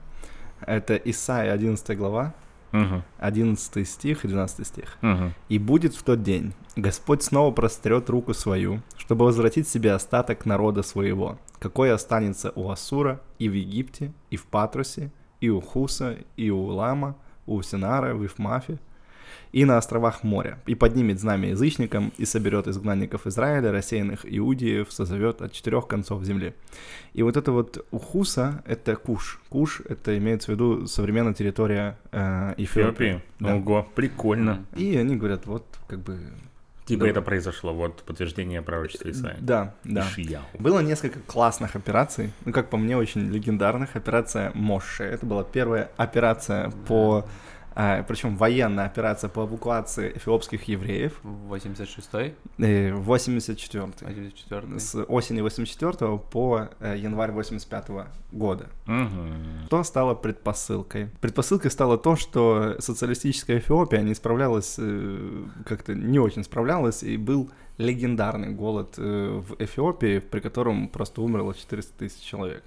Это Исаия 11 глава, Мгм, 11 стих и 12 стих. мгм. «И будет в тот день Господь снова прострет руку свою, чтобы возвратить себе остаток народа своего, какой останется у Асура и в Египте, и в Патросе, и у Хуса, и у Лама, у Синара, в Ифмафе, и на островах моря, и поднимет знамя язычникам, и соберет изгнанников Израиля, рассеянных иудеев, созовет от четырех концов земли. И вот это вот у Хуса, это Куш. Куш, это имеется в виду современная территория э, Эфиопии. Эфиопии. Да. Ого, прикольно. И они говорят, вот как бы Типа Да. это произошло, вот подтверждение пророчества Исаия. Да, да. Ишияу. Было несколько классных операций, ну, как по мне, очень легендарных. Операция Моши. Это была первая операция по... причем военная операция по эвакуации эфиопских евреев. 86-й, э, 84 84-й. С осени 84 по э, январь 85 года. Мгм. Что стало предпосылкой? Предпосылкой стало то, что социалистическая Эфиопия не справлялась, э, как-то не очень справлялась, и был легендарный голод э, в Эфиопии, при котором просто умерло 400 тысяч человек.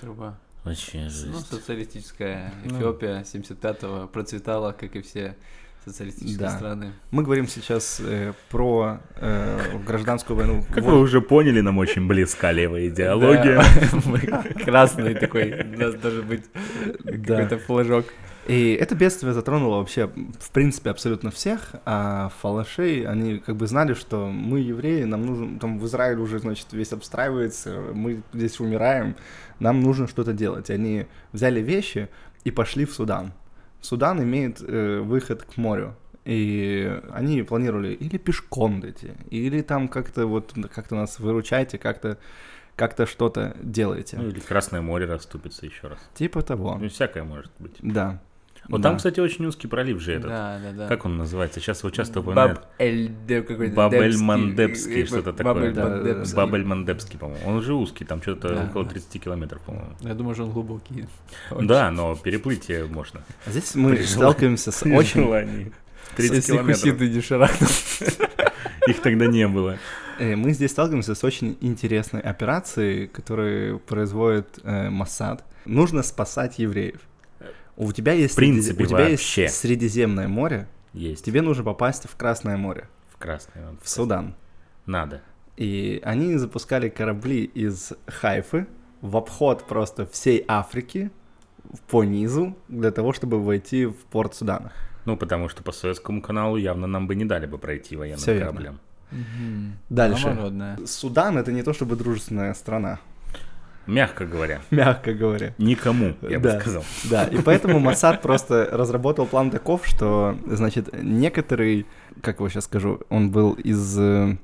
Труба. Вообще Ну, жесть. социалистическая Ну. Эфиопия 75-го процветала, как и все социалистические Да. страны. Мы говорим сейчас э, про э, гражданскую войну. Как Вот. вы уже поняли, нам очень близка левая идеология. Да, мы Красный такой, у нас должен быть Да. какой-то флажок. И это бедствие затронуло вообще, в принципе, абсолютно всех, а фалашей, они как бы знали, что мы евреи, нам нужен, там в Израиле уже, значит, весь обстраивается, мы здесь умираем, нам нужно что-то делать. И они взяли вещи и пошли в Судан. Судан имеет э, выход к морю. И они планировали или пешком дойти, или там как-то вот как-то нас выручайте, как-то как-то что-то делаете. Ну или Красное море расступится еще раз. Типа того. Ну, всякое может быть. Да. Вот Да. там, кстати, очень узкий пролив же этот. Да, да, да. Как он называется? Сейчас его часто упоминают. Баб Эль какой-то. Бабель-Мандебский, Дебский, э, что-то Баб- такое. Бабель-Мандебский. Бабель-Мандебский, по-моему. Он же узкий, там что-то Да. около 30 километров, по-моему. Я думаю, что он глубокий. Да, но переплыть э, можно. А Здесь мы При желании. сталкиваемся с очень желании. 30 километров. не шарахнул. Их тогда не было. Э, Мы здесь сталкиваемся с очень интересной операцией, которую производит э, Моссад. Нужно спасать евреев. У тебя есть, В принципе, у тебя есть вообще. Средиземное море, Есть. тебе нужно попасть в Красное море, В красный. он. в Судан. Надо. И они запускали корабли из Хайфы в обход просто всей Африки в- по низу для того, чтобы войти в порт Судана. Ну, потому что по Советскому каналу явно нам бы не дали бы пройти военным Всё верно. кораблем. Дальше. Народная. Судан — это не то чтобы дружественная страна, Мягко говоря. мягко говоря. Никому, я бы Да. сказал. Да, и поэтому Масад просто разработал план таков, что, значит, некоторый, как его сейчас скажу, он был из... э,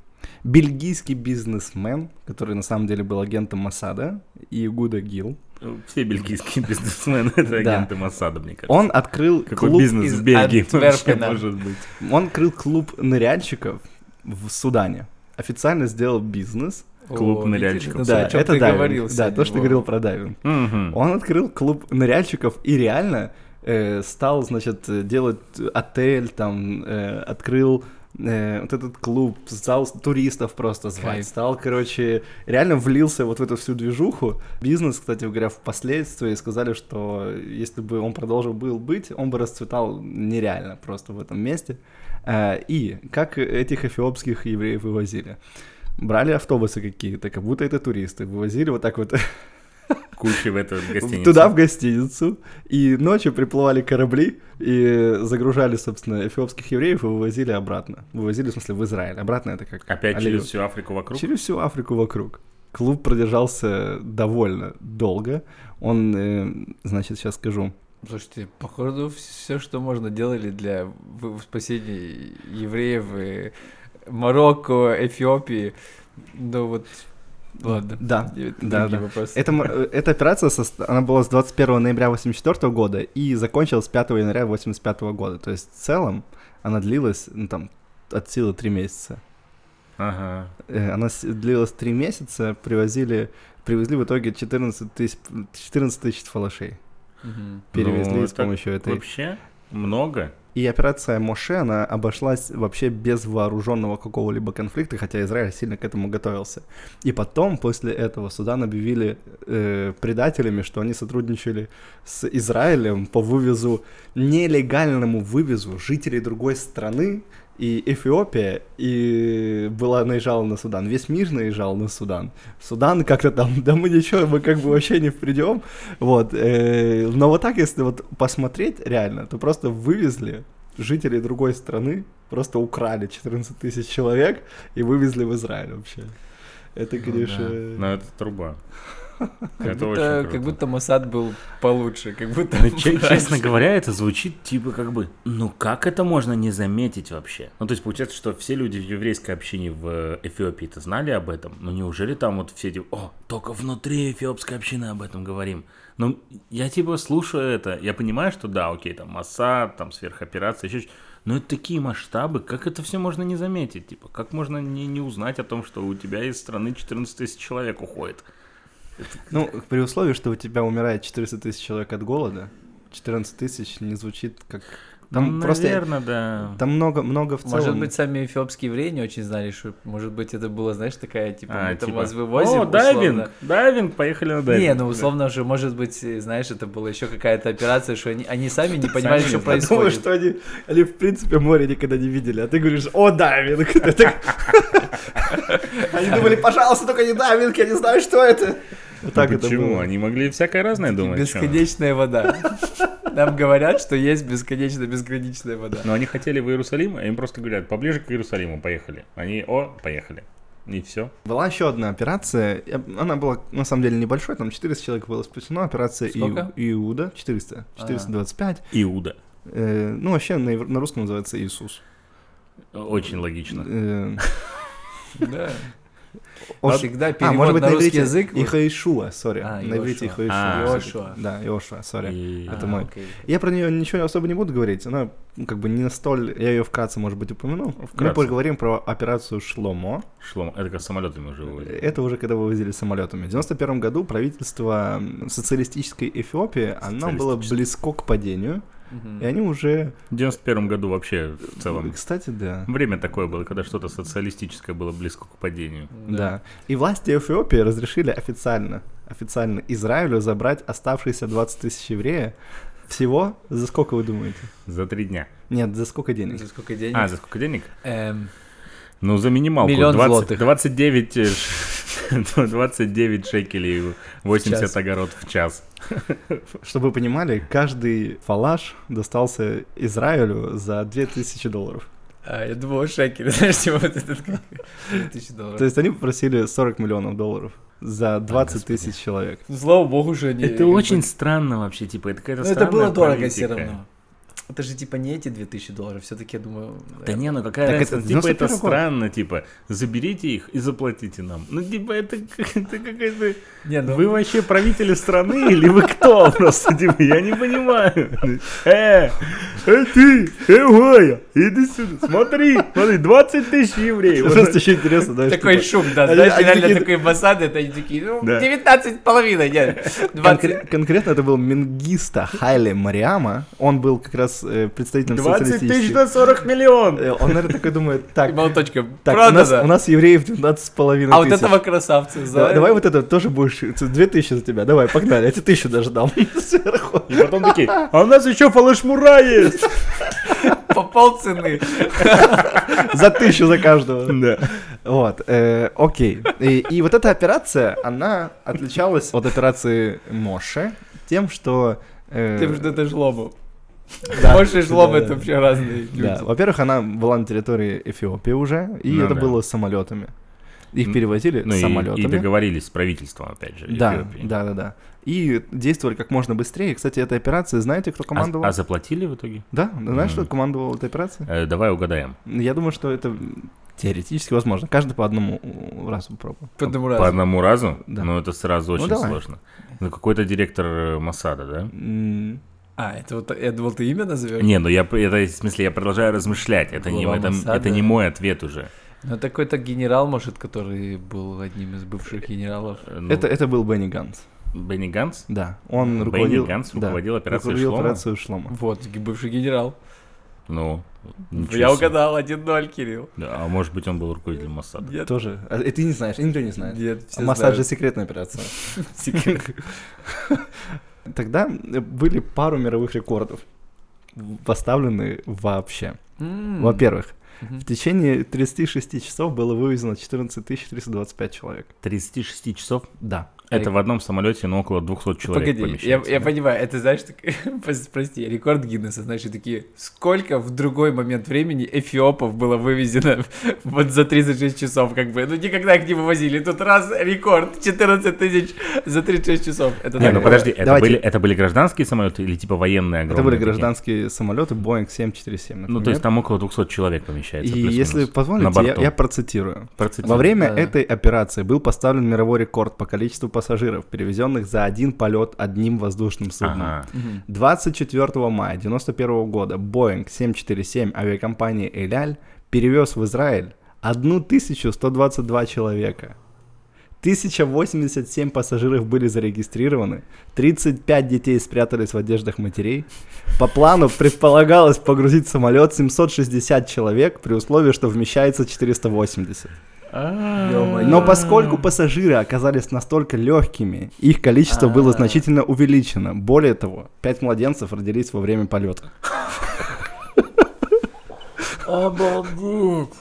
Бельгийский бизнесмен, который на самом деле был агентом Масада, Игуда Гил, Ну, Все бельгийские бизнесмены — это Да. агенты Моссада, мне кажется. он открыл Какой клуб бизнес из в Бельгии вообще Антверпена. может быть? Он открыл клуб ныряльщиков в Судане. Официально сделал бизнес. Клуб О, ныряльщиков. видишь, Ну, о чем ты дайвинг. говорил Да, сегодня, то, что ты Вова. говорил про дайвинг. Мгм. Он открыл клуб ныряльщиков и реально э, стал, значит, э, делать отель, там, э, открыл э, вот этот клуб, стал туристов просто звать, Кайф. стал, короче, реально влился вот в эту всю движуху. Бизнес, кстати говоря, впоследствии сказали, что если бы он продолжил был быть, он бы расцветал нереально просто в этом месте. Э, И как этих эфиопских евреев вывозили? Брали автобусы какие-то, как будто это туристы, вывозили вот так вот Куча в эту гостиницу. Туда, в гостиницу. И ночью приплывали корабли и загружали, собственно, эфиопских евреев и вывозили обратно. Вывозили, в смысле, в Израиль. Обратно это как... Опять аллилуйя. через всю Африку вокруг? Через всю Африку вокруг. Клуб продержался довольно долго. Он, э, значит, сейчас скажу. Слушайте, походу все, что можно, делали для в- спасения евреев и Марокко, Эфиопии. Ну вот, ладно. Да, И да, другие да. вопросы. Это, м- э, эта операция, сос- она была с 21 ноября 84 года и закончилась 5 января 85 года. То есть в целом она длилась, ну, там, от силы 3 месяца. Ага. Э, Она с- длилась три месяца, привозили, привезли в итоге 14 тысяч, 14 тысяч фалашей. Мгм. Перевезли Ну, с это помощью этой. Вообще много. И операция Моше, она обошлась вообще без вооруженного какого-либо конфликта, хотя Израиль сильно к этому готовился. И потом, после этого, Судан объявили э, предателями, что они сотрудничали с Израилем по вывезу, нелегальному вывезу жителей другой страны, и Эфиопия и была наезжала на Судан. Весь мир наезжал на Судан. Судан как-то там, да мы ничего, мы как бы вообще не придем. Вот. э, но вот так, если вот посмотреть реально, то просто вывезли жителей другой страны, просто украли 14 тысяч человек и вывезли в Израиль вообще. Это, Ну конечно... Но это труба. Как Это будто- очень Как круто. будто Масад был получше, как будто... Ну, че- раньше. честно говоря, это звучит типа как бы, ну как это можно не заметить вообще? Ну то есть получается, что все люди в еврейской общине в э, Эфиопии-то знали об этом, но неужели там вот все эти, о, только внутри эфиопской общины об этом говорим? Ну я типа слушаю это, я понимаю, что да, окей, там Масса, там сверхоперация, еще но это такие масштабы, как это все можно не заметить? Типа, как можно не, не узнать о том, что у тебя из страны 14 тысяч человек уходит? Ну, при условии, что у тебя умирает 400 тысяч человек от голода, 14 тысяч не звучит как... Там Ну, просто... Наверное, да. Там много, много в целом... Может быть, сами эфиопские евреи не очень знали, что... Может быть, это было, знаешь, такая, типа, А, мы там типа, вас вывозим, О, условно». дайвинг, дайвинг, поехали на дайвинг. Не, ну условно же, может быть, э, знаешь, это была еще какая-то операция, что они, они сами не понимали, Сами что не Я думаю, происходит. что они, они, в принципе, море никогда не видели, а ты говоришь, о, дайвинг. Это- Они думали, пожалуйста, только не дайвинг, я не знаю, что это. Вот Ну, так это Почему? было. Они могли всякое разное думать. чё? Бесконечная вода. Нам говорят, что есть бесконечная, безграничная вода. Но они хотели в Иерусалим, а им просто говорят, поближе к Иерусалиму поехали. Они, о, поехали. И все. Была еще одна операция, я- она была на самом деле небольшой, там 400 человек было спасено, операция Иу- Сколько? Иуда, 400, 425, Иуда. Э, ну вообще на ев- на русском называется Иисус. Очень логично. Э, Да. Ош- Всегда А, может перевод быть, на на русский иврите язык. вот- Ихаишуа, сори. А, На иврите Иошуа. Ихаишуа. А. всё-таки. Иошуа. Да, Иошуа, сори. И- это А, мой. окей. Я про нее ничего особо не буду говорить, она ну, как бы не столь... Я ее вкратце, может быть, упомяну. Мы Вкратце. поговорим про операцию Шломо. Шлом. Это как самолетами уже вывозили. Это уже когда вывозили самолетами. В 91 году правительство м, социалистической Эфиопии, оно было Социалистическое. близко к падению. И они уже... В 91 году вообще в целом. Кстати, да. Время такое было, когда что-то социалистическое было близко к падению. Да. И власти Эфиопии разрешили официально, официально Израилю забрать оставшиеся 20 тысяч евреев. Всего за сколько вы думаете? За три дня. Нет, за сколько Ну, денег? За сколько денег? А, за сколько денег? Эм, Ну, за минималку. Миллион 20 злотых. 29, э, ш- 29 шекелей, 80 час. огород в час. Чтобы вы понимали, каждый фалаш достался Израилю за 2000 долларов. а, я думал, шекель, знаешь, типа вот этот как- тысяча долларов. То есть они попросили 40 миллионов долларов за 20 господи. тысяч человек. Ну, Слава богу, что они... Это очень странно вообще, типа, это какая-то Ну, это было странная дорого все политика. равно. Это же, типа, не эти 2000 долларов, все таки я думаю... Да не, ну какая Так разница, это типа 91 это год. странно, типа, заберите их и заплатите нам. Ну, типа, это, как- это какая-то... Не, ну, Вы вообще правители страны или вы кто просто, типа, я не понимаю. Э, э ты, э, Вая, иди сюда, смотри, смотри, 20 тысяч евреев. Просто еще интересно, типа, да, Такой что, шум, да, они- знаешь, они реально такие- такой басады, это они такие, ну, Да. 19 с половиной, нет, 20. конкре- конкретно это был Мингиста Хайли Мариама. Он был как раз э, представителем 20 тысяч социалистических. на 40 миллион. Э, Он, наверное, такой думает, И так, молоточка, так, у, правда, нас, да? у нас евреев 19 с половиной А вот тысяч. этого красавца Да- за... Давай вот это тоже будешь, ц- две тысячи за тебя, давай, погнали, я тебе тысячу даже дам сверху. И потом такие, а у нас еще фалашмура есть. По полцены. За тысячу за каждого. Да. Вот, э, окей. И, и вот эта операция, она отличалась от операции Моше тем, что... э, Ты что это жлобу. да, Больше жлоб да, это да. вообще разные Да, люди. во-первых, она была на территории Эфиопии уже, и Ну это да. было самолетами. Их Н- перевозили Ну и- и, самолетами. договорились с правительством, опять же, да, Эфиопии. А да, да, да. И действовали как можно быстрее. Кстати, этой операцией, знаете, кто А, командовал? а заплатили в итоге? Да, знаешь, кто Мгм. командовал этой операцией? Э, давай угадаем. Я думаю, что это теоретически возможно. Каждый по одному э, разу попробовал. По одному По разу. одному разу? Да. Ну, это сразу очень давай. сложно. Ну, какой-то директор э, Моссада, да? М, А, это вот, я думал, ты имя назовешь? Не, ну я п- это, в смысле, я продолжаю размышлять. Это, не, Глава это, Моссада. это не мой ответ уже. Ну, такой-то генерал, может, который был одним из бывших генералов. Э, ну, Это, это был Бенни Ганс. Бенни Ганс? Да, он Бенни руководил... Ганс да, руководил операцией руководил Шлома? операцией Шлома. Вот, г- бывший генерал. Ну, ничего Я себе. угадал, 1-0, Кирилл. Да, а может быть, он был руководителем Моссада. Нет, Тоже. А, э, ты не знаешь, никто не знает. А нет, все Массаж же знают. секретная операция. Тогда э, были пару мировых рекордов поставлены вообще. М. Во-первых, Мгм. в течение 36 часов было вывезено 14 325 человек. 36 часов? Да. Это в одном самолете, но около 200 Ну, человек Погоди, я, помещается. я понимаю, это знаешь, так, пос- прости, рекорд Гиннесса, значит, такие, сколько в другой момент времени эфиопов было вывезено вот за 36 часов, как бы, ну никогда их не вывозили, тут раз рекорд, 14 тысяч за 36 часов, это Не, ну такое. подожди, это Давайте. были, это были гражданские самолеты или типа военные огромные? Это были такие? гражданские самолеты Boeing 747. Ну, то например. есть там около 200 человек помещается. И плюс-минус. если На позволите, я, борту. я процитирую. Процитируй. Во время Да. этой операции был поставлен мировой рекорд по количеству пассажиров, перевезенных за один полет одним воздушным судном. Ага. 24 мая 1991 года Boeing 747 авиакомпании «Эляль» перевез в Израиль 1122 человека. 1087 пассажиров были зарегистрированы, 35 детей спрятались в одеждах матерей. По плану предполагалось погрузить в самолет 760 человек при условии, что вмещается 480. Ё-моё. Но поскольку пассажиры оказались настолько легкими, их количество было А. значительно увеличено. Более того, пять младенцев родились во время полета. Обалдеть!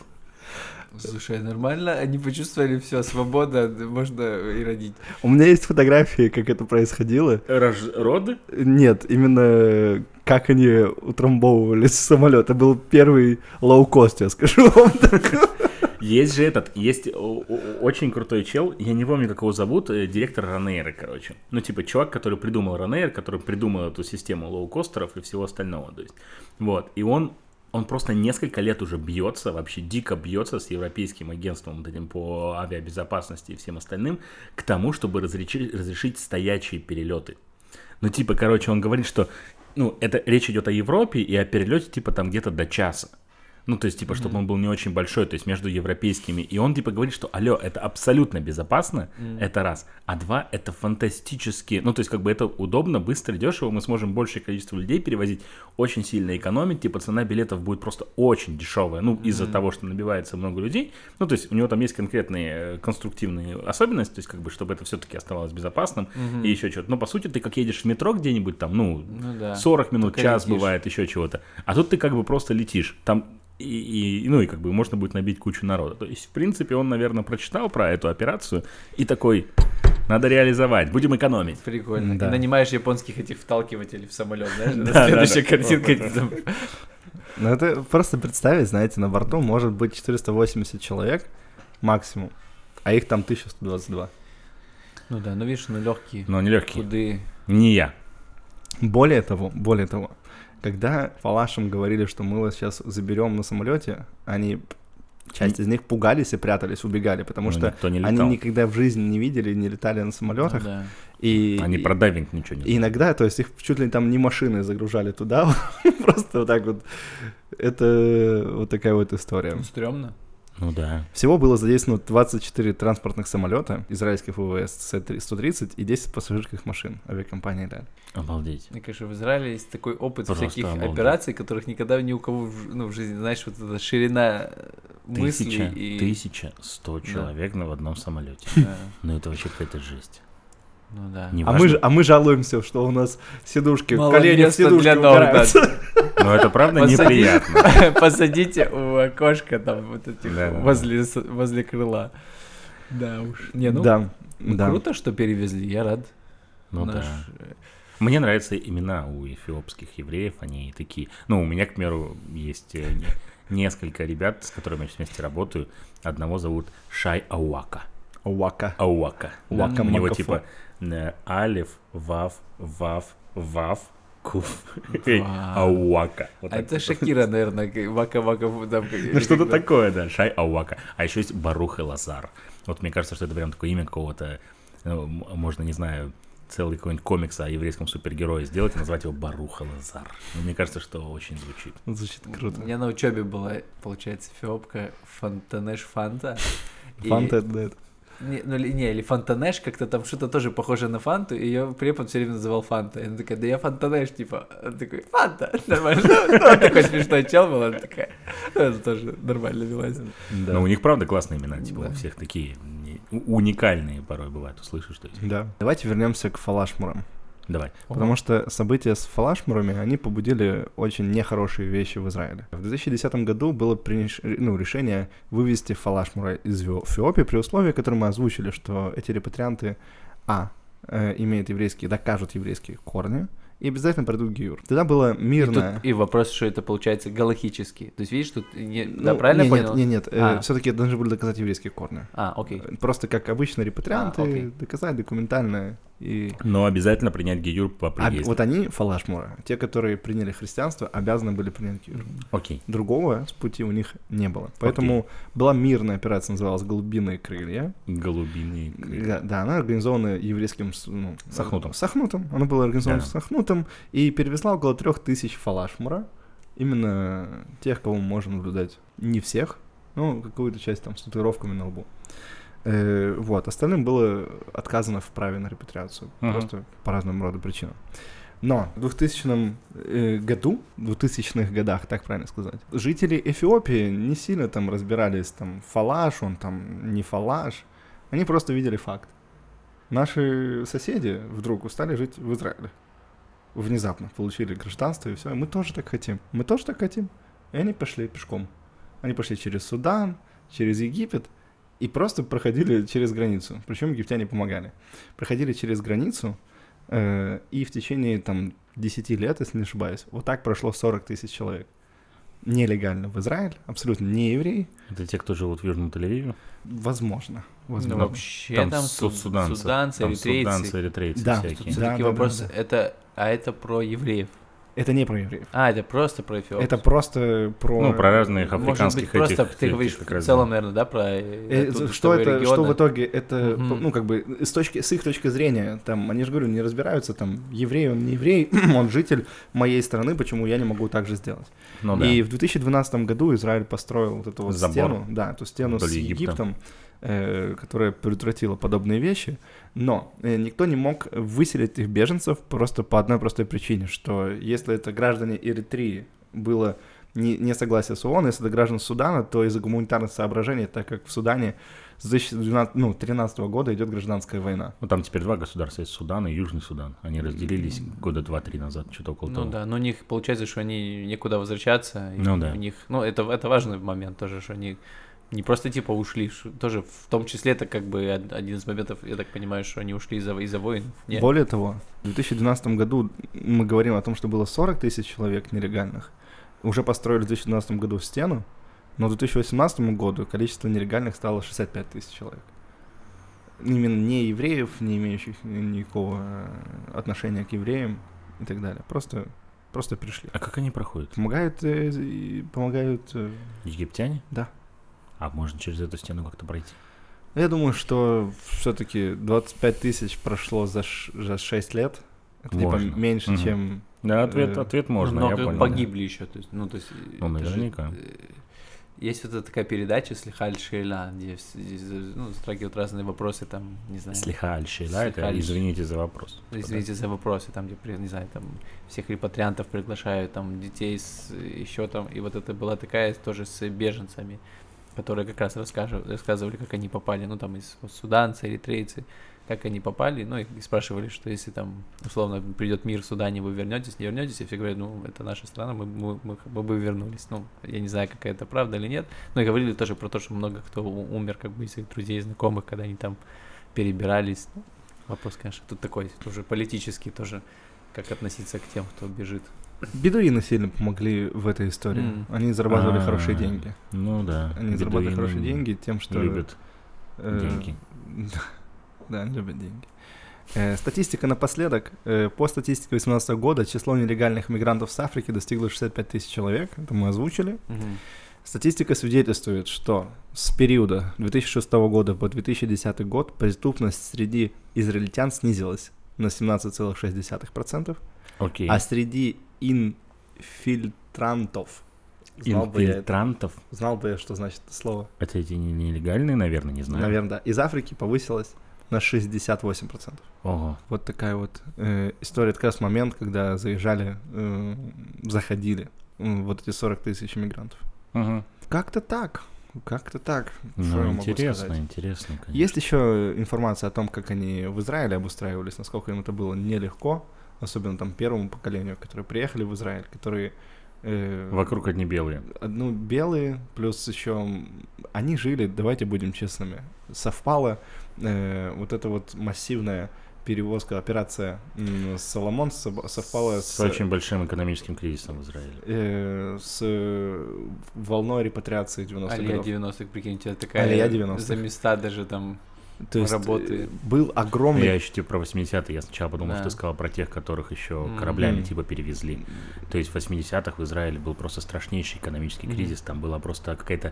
Слушай, нормально, они почувствовали все, свобода, можно и родить. У меня есть фотографии, как это происходило. Рож- Роды? Нет, именно э, как они утрамбовывались с самолета. Был первый лоукост, я скажу вам. Есть же этот, есть о- о- очень крутой чел, я не помню, как его зовут, э, директор Ранейра, короче. Ну, типа, чувак, который придумал Ранейр, который придумал эту систему лоукостеров и всего остального, то есть. Вот, и он, он просто несколько лет уже бьется, вообще дико бьется с европейским агентством вот этим по авиабезопасности и всем остальным, к тому, чтобы разреши- разрешить стоячие перелеты. Ну, типа, короче, он говорит, что ну, это речь идет о Европе и о перелете, типа, там где-то до часа. Ну, то есть, типа, чтобы он был не очень большой, то есть между европейскими. И он, типа, говорит, что, алло, это абсолютно безопасно, это раз. А два, это фантастически, ну, то есть, как бы это удобно, быстро, дешево, мы сможем большее количество людей перевозить, очень сильно экономить, типа, цена билетов будет просто очень дешевая, ну, из-за того, что набивается много людей. Ну, то есть, у него там есть конкретные э, конструктивные особенности, то есть, как бы, чтобы это все-таки оставалось безопасным и еще что-то. Но, по сути, ты как едешь в метро где-нибудь там, ну, Ну да. 40 минут, Только час летишь. бывает, еще чего-то. А тут ты как бы просто летишь. Там и, и- ну и как бы можно будет набить кучу народа. То есть, в принципе, он, наверное, прочитал про эту операцию и такой, надо реализовать, будем экономить. Прикольно. Да. И нанимаешь японских этих вталкивателей в самолет, знаешь, Да, да, на следующая картинка. там. Ну, это просто представить, знаете, на борту может быть 480 человек максимум, а их там 1122. Ну да, ну видишь, ну легкие. Но нелегкий. Худые. Не я. Более того, более того, когда Фалашам говорили, что мы вас сейчас заберем на самолете, они часть из них пугались и прятались, убегали, потому Ну, что никто не они летал. никогда в жизни не видели, не летали на Ну самолетах. да. И, Они и- про дайвинг ничего не и иногда, то есть их чуть ли там не машины загружали туда, просто вот так вот. Это вот такая вот история. Ну, Стрёмно. Ну да. Всего было задействовано 24 транспортных самолета израильских ВВС С-130 и 10 пассажирских машин авиакомпании «Эль». Обалдеть. Мне кажется, в Израиле есть такой опыт Просто всяких обалдеть. операций, которых никогда ни у кого в, ж- ну, в жизни, знаешь, вот эта ширина э, Тысяча, мыслей и... тысяча сто человек на в одном самолете. Да. Ну это вообще какая-то жесть. Ну да. Не А важно. мы, ж- а мы жалуемся, что у нас сидушки, Мало колени в места сидушки для ног, да. упираются. Но это правда Посади. неприятно. Посадите у окошка там вот этих Да, да, возле, с- возле крыла. Да уж. Не, ну, Да, ну, да. круто, что перевезли, я рад. Ну Наш, да. э, Мне нравятся имена у эфиопских евреев, они такие. Ну, у меня, к примеру, есть э, не- несколько ребят, с которыми я сейчас вместе работаю. Одного зовут Шай Ауака. Уака. Ауака. Да. Уака. У него Макафо. типа э, Алиф, Вав, Вав, Вав, Куф. Вау. Ауака. Вот А так это вот. Шакира, наверное, к- вака-вака. там, как- Ну, что-то как-то. такое, да, Шай Ауака. А еще есть Барух и Лазар. Вот мне кажется, что это прям такое имя какого-то, ну, м- можно, не знаю, целый какой-нибудь комикс о еврейском супергерое сделать и назвать его Баруха Лазар. Ну, мне кажется, что очень звучит. Звучит У круто. меня на учебе была, получается, фиопка Фонтанеш Фанта. И- Фанта это да, это. Не, ну, ли- не, или Фонтанеш, как-то там что-то тоже похоже на Фанту, и ее препод все время называл Фанта. И она такая, да я Фонтанеш, типа. Он такой, Фанта, нормально. Ну, Он такой смешной чел был, она такая. Ну, Это тоже нормально велась. Но у них, правда, классные имена, типа, у всех такие м, у- уникальные порой бывают, услышишь, что есть. Да. Давайте вернемся к фалашмурам. Давай. Потому что события с фалашмурами, они побудили очень нехорошие вещи в Израиле. В 2010 году было принеш- ну, решение вывести фалашмура из Эфио- Эфиопии при условии, которое мы озвучили, что эти репатрианты, а, э, имеют еврейские, докажут еврейские корни, и обязательно пройдут гиюр. Тогда было И, тут мирное... и вопрос, что это получается галахический. То есть, видишь, тут не, Ну, да, правильно не, понял? Нет, нет, А. все-таки должны были доказать еврейские корни. Э, А, окей. Просто как обычно репатрианты А, окей. доказали документально и... Но обязательно принять гиюр по А приезду. вот они, фалашмура, те, которые приняли христианство, обязаны были принять гиюр. Окей. Другого с пути у них не было. Поэтому была мирная операция, называлась «Голубиные крылья». Голубиные крылья. Да, да, она организована еврейским... с- ну, Сахнутом. Сахнутом. Она была организована Да. Сахнутом и перевезла около трех тысяч фалашмура. Именно тех, кого мы можем наблюдать. Не всех, ну, какую-то часть там с татуировками на лбу. Э, вот, остальным было отказано в праве на репатриацию. Мгм. Просто по разному роду причинам. Но в 2000 э, году, в 2000-х годах, так правильно сказать, жители Эфиопии не сильно там разбирались, там, фалаш он, там, не фалаш. Они просто видели факт. Наши соседи вдруг стали жить в Израиле. Внезапно получили гражданство и все. Мы тоже так хотим. Мы тоже так хотим. И они пошли пешком. Они пошли через Судан, через Египет и просто проходили через границу. Причем египтяне помогали. Проходили через границу э, и в течение там 10 лет, если не ошибаюсь, вот так прошло 40 тысяч человек. Нелегально в Израиль, абсолютно не евреи. Это те, кто живут в Южном Тель-Авиве. Возможно. Ну, возможно. вообще Там там, су- суд- суданцы. суданцы, Там эритрейцы. суданцы, эритрейцы Да. всякие. ну, Да, Все-таки да, вопрос, да, это, а это про евреев. Это не про евреев. А, это просто про Эфиопию. Это просто про... Ну, про разных Может быть, африканских просто этих- ты этих говоришь как в раз- целом, наверное, да, про Э, э, за- оттуда, что это, что в регионы. итоге, это, Мгм. по- ну, как бы, с, точки, с их точки зрения, там, они же, говорю, не разбираются, там, еврей он, не еврей, он житель моей страны, почему я не могу так же сделать. Ну да. И в 2012 году Израиль построил вот эту вот Забор. стену, да, эту стену с Вдоль Египта. Египтом, э, которая предотвратила подобные вещи, но э, никто не мог выселить этих беженцев просто по одной простой причине, что если это граждане Эритрии было не, не согласие с ООН, если это граждан Судана, то из-за гуманитарных соображений, так как в Судане с 2012, ну, 2013 года идет гражданская война. Ну, там теперь два государства, есть Судан и Южный Судан. Они разделились года два-три назад, что-то около того. Ну да, но у них получается, что они некуда возвращаться. и Ну да. У них, ну это, это важный момент тоже, что они не просто типа ушли, что тоже в том числе это как бы од- один из моментов, я так понимаю, что они ушли из-за из войн. Нет. Более того, в 2012 году мы говорим о том, что было 40 тысяч человек нелегальных. Уже построили в 2012 году стену, но к 2018 году количество нелегальных стало 65 тысяч человек. Именно не евреев, не имеющих никакого э, отношения к евреям и так далее. Просто, просто пришли. А как они проходят? Помогают, э, и помогают... э, Египтяне? Да. А можно через эту стену как-то пройти? Я думаю, что все-таки 25 тысяч прошло за, ш- за 6 лет. Это типа Можно. меньше, Мгм. чем Да, ответ, Э, ответ можно, Но я понял. погибли еще, то есть, ну то есть. э, Ну, это же, наверняка. э, Есть вот эта такая передача «Слихаль Шейла», где, вс- здесь, э, ну, затрагивают разные вопросы, там, не знаю, Слегка альши, да? Это Слегка альши. извините за вопрос. Извините за вопросы, там, где, при- не знаю, там всех репатриантов приглашают, там детей с еще там, и вот это была такая тоже с беженцами, которые как раз расскажи- рассказывали, как они попали, ну, там, из суданцы, эритрейцы, как они попали, ну, и, и спрашивали, что если там, условно, придет мир в Судане, вы вернетесь, не вернетесь, и все говорят, ну, это наша страна, мы, мы, мы, как бы бы вернулись, ну, я не знаю, какая это правда или нет, ну, и говорили тоже про то, что много кто у- умер, как бы, из их друзей, знакомых, когда они там перебирались, Ну, Вопрос, конечно, тут такой уже политический тоже, как относиться к тем, кто бежит. Бедуины сильно помогли в этой истории. Мгм. Они зарабатывали А, хорошие деньги. Ну да. Они зарабатывали бедуины хорошие деньги тем, что... Любят э, деньги. Да, они любят деньги. Э, Статистика напоследок. Э, По статистике 2018 года число нелегальных мигрантов с Африки достигло 65 тысяч человек. Это мы озвучили. Статистика свидетельствует, что с периода 2006 года по 2010 год преступность среди израильтян снизилась на 17,6%. Окей. А среди инфильтрантов. Знал бы, я, это- Инфильтрантов? знал бы я, что значит это слово. Это эти не- нелегальные, наверное, не знаю. Наверное, да. Из Африки повысилось на 68%. Ого. Вот такая вот э, история. Это как раз момент, когда заезжали, э, заходили м, вот эти 40 тысяч иммигрантов. Мгм. Как-то так. Как-то так. Ну, Что я могу интересно, сказать? интересно, конечно. Есть еще информация о том, как они в Израиле обустраивались, насколько им это было нелегко, особенно там первому поколению, которые приехали в Израиль, которые... э, Вокруг одни белые. Одну белые, плюс еще они жили, давайте будем честными, совпала э, вот эта вот массивная перевозка, операция м, Соломон соб- совпала С, с, очень большим экономическим кризисом в Израиле. э, с э, волной репатриации 90-х Алия годов. 90-х, прикиньте, такая Алия 90-х. за места даже там. То есть, э, работы. был огромный... Я еще типа про 80-е, я сначала подумал, Да. М-м. что ты сказал про тех, которых еще Мгм. кораблями типа перевезли. То есть в 80-х в Израиле был просто страшнейший экономический Мгм. кризис, там была просто какая-то...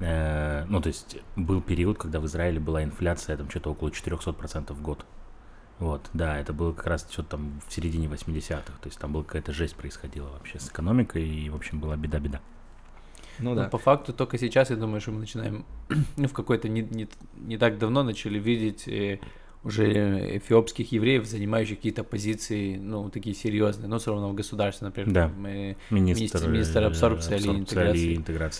э, ну, то есть был период, когда в Израиле была инфляция, там что-то около 400% в год. Вот, да, это было как раз что-то там в середине 80-х, то есть там была какая-то жесть происходила вообще с экономикой, и, в общем, была беда-беда. Ну Ну, да. по факту только сейчас, я думаю, что мы начинаем, ну, в какой-то не, не, не так давно начали видеть э, уже эфиопских евреев, занимающих какие-то позиции, ну, такие серьезные, но все равно в государстве, например, Да. там, э, Министр, Министр- министр э, абсорбции или абсорбции или интеграции.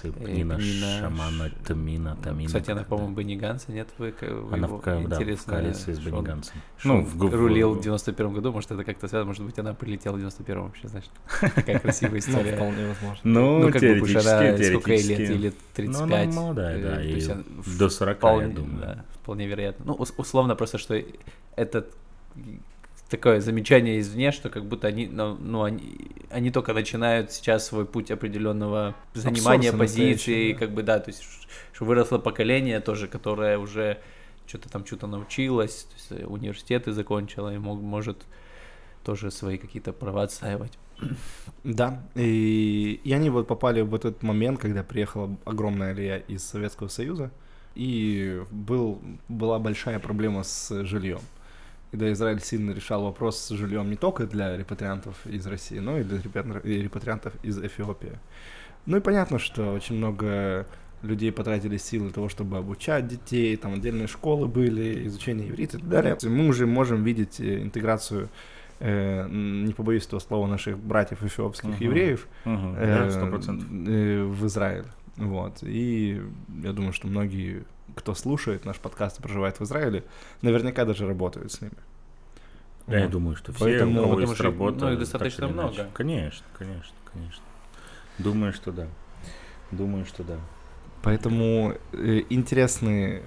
интеграции. Э, Нина Пнина Шамана, Ш- Тамина, Тамина. Кстати, она, как-то. по-моему, Бенни Ганса, нет? Вы, к- вы Она его- в, ко- да, в интересно, коалиции с что Бенни он- Гансом. Ну, в гу- в- рулил в- в 91 году, может, это как-то связано, может быть, она прилетела в 91 вообще, значит. Такая красивая Ну, история. вполне возможно. Ну, Ну, как бы теоретически, Бушара, сколько ей лет, теоретически. ей лет Ну, 35. она молодая, э, да, то и есть она До 40, вполне, я думаю. да, вполне вероятно. Ну, ус- условно просто, что этот такое замечание извне, что как будто они, ну, ну, они, они только начинают сейчас свой путь определенного занимания Абсорбция позиции, настоящего, да. как бы, да, то есть, ш- что выросло поколение тоже, которое уже что-то там что-то научилось, то есть, э, университеты закончила и мог, может тоже свои какие-то права отстаивать. Да, и, и они вот попали в этот момент, когда приехала огромная алия из Советского Союза, и был, была большая проблема с жильем. Когда Израиль сильно решал вопрос с жильем не только для репатриантов из России, но и для репатри- и репатриантов из Эфиопии. Ну и понятно, что очень много людей потратили силы для того, чтобы обучать детей, там отдельные школы были, изучение иврита и так далее. То есть Мы уже можем видеть э, интеграцию, э, н- не побоюсь этого слова, наших братьев эфиопских Мгм. евреев Мгм, да, э, 100%. э, в Израиль. Вот. И я думаю, что многие, кто слушает наш подкаст и проживает в Израиле, наверняка даже работают с ними. Да, я Вот. думаю, что все, Поэтому- у кого Потому есть что их, работа, ну, их так достаточно или иначе. много. Конечно, конечно, конечно. Думаю, что да. Думаю, что да. Поэтому э, интересные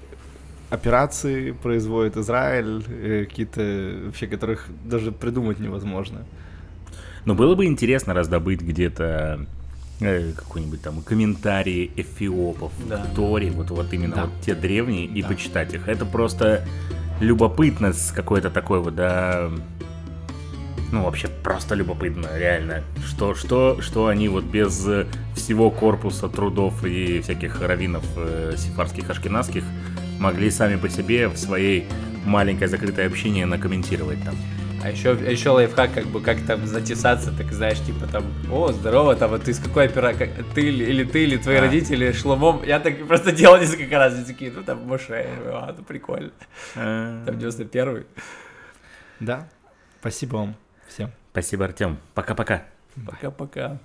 операции производит Израиль, э, какие-то вообще, которых даже придумать невозможно. Но было бы интересно раздобыть где-то э, какой-нибудь там комментарии эфиопов, Да. Тори, вот, вот именно Да. вот те древние, и Да. почитать их. Это просто любопытно с какой-то такой вот, да... Ну, вообще, просто любопытно, реально. Что, что, что они вот без э, всего корпуса трудов и всяких раввинов э, сифарских, ашкенадских могли сами по себе в своей маленькой закрытой общине накомментировать там. А еще, а еще лайфхак, как бы, как там затесаться, так знаешь, типа там, о, здорово, там, а ты с какой опера, как- ты или, или ты, или твои А. родители шломом, я так просто делал несколько раз, и такие, ну, там, Моше, а, ну, прикольно, Э, там, 91-й, Да. Спасибо вам всем. Спасибо, Артем. Пока-пока. пока-пока.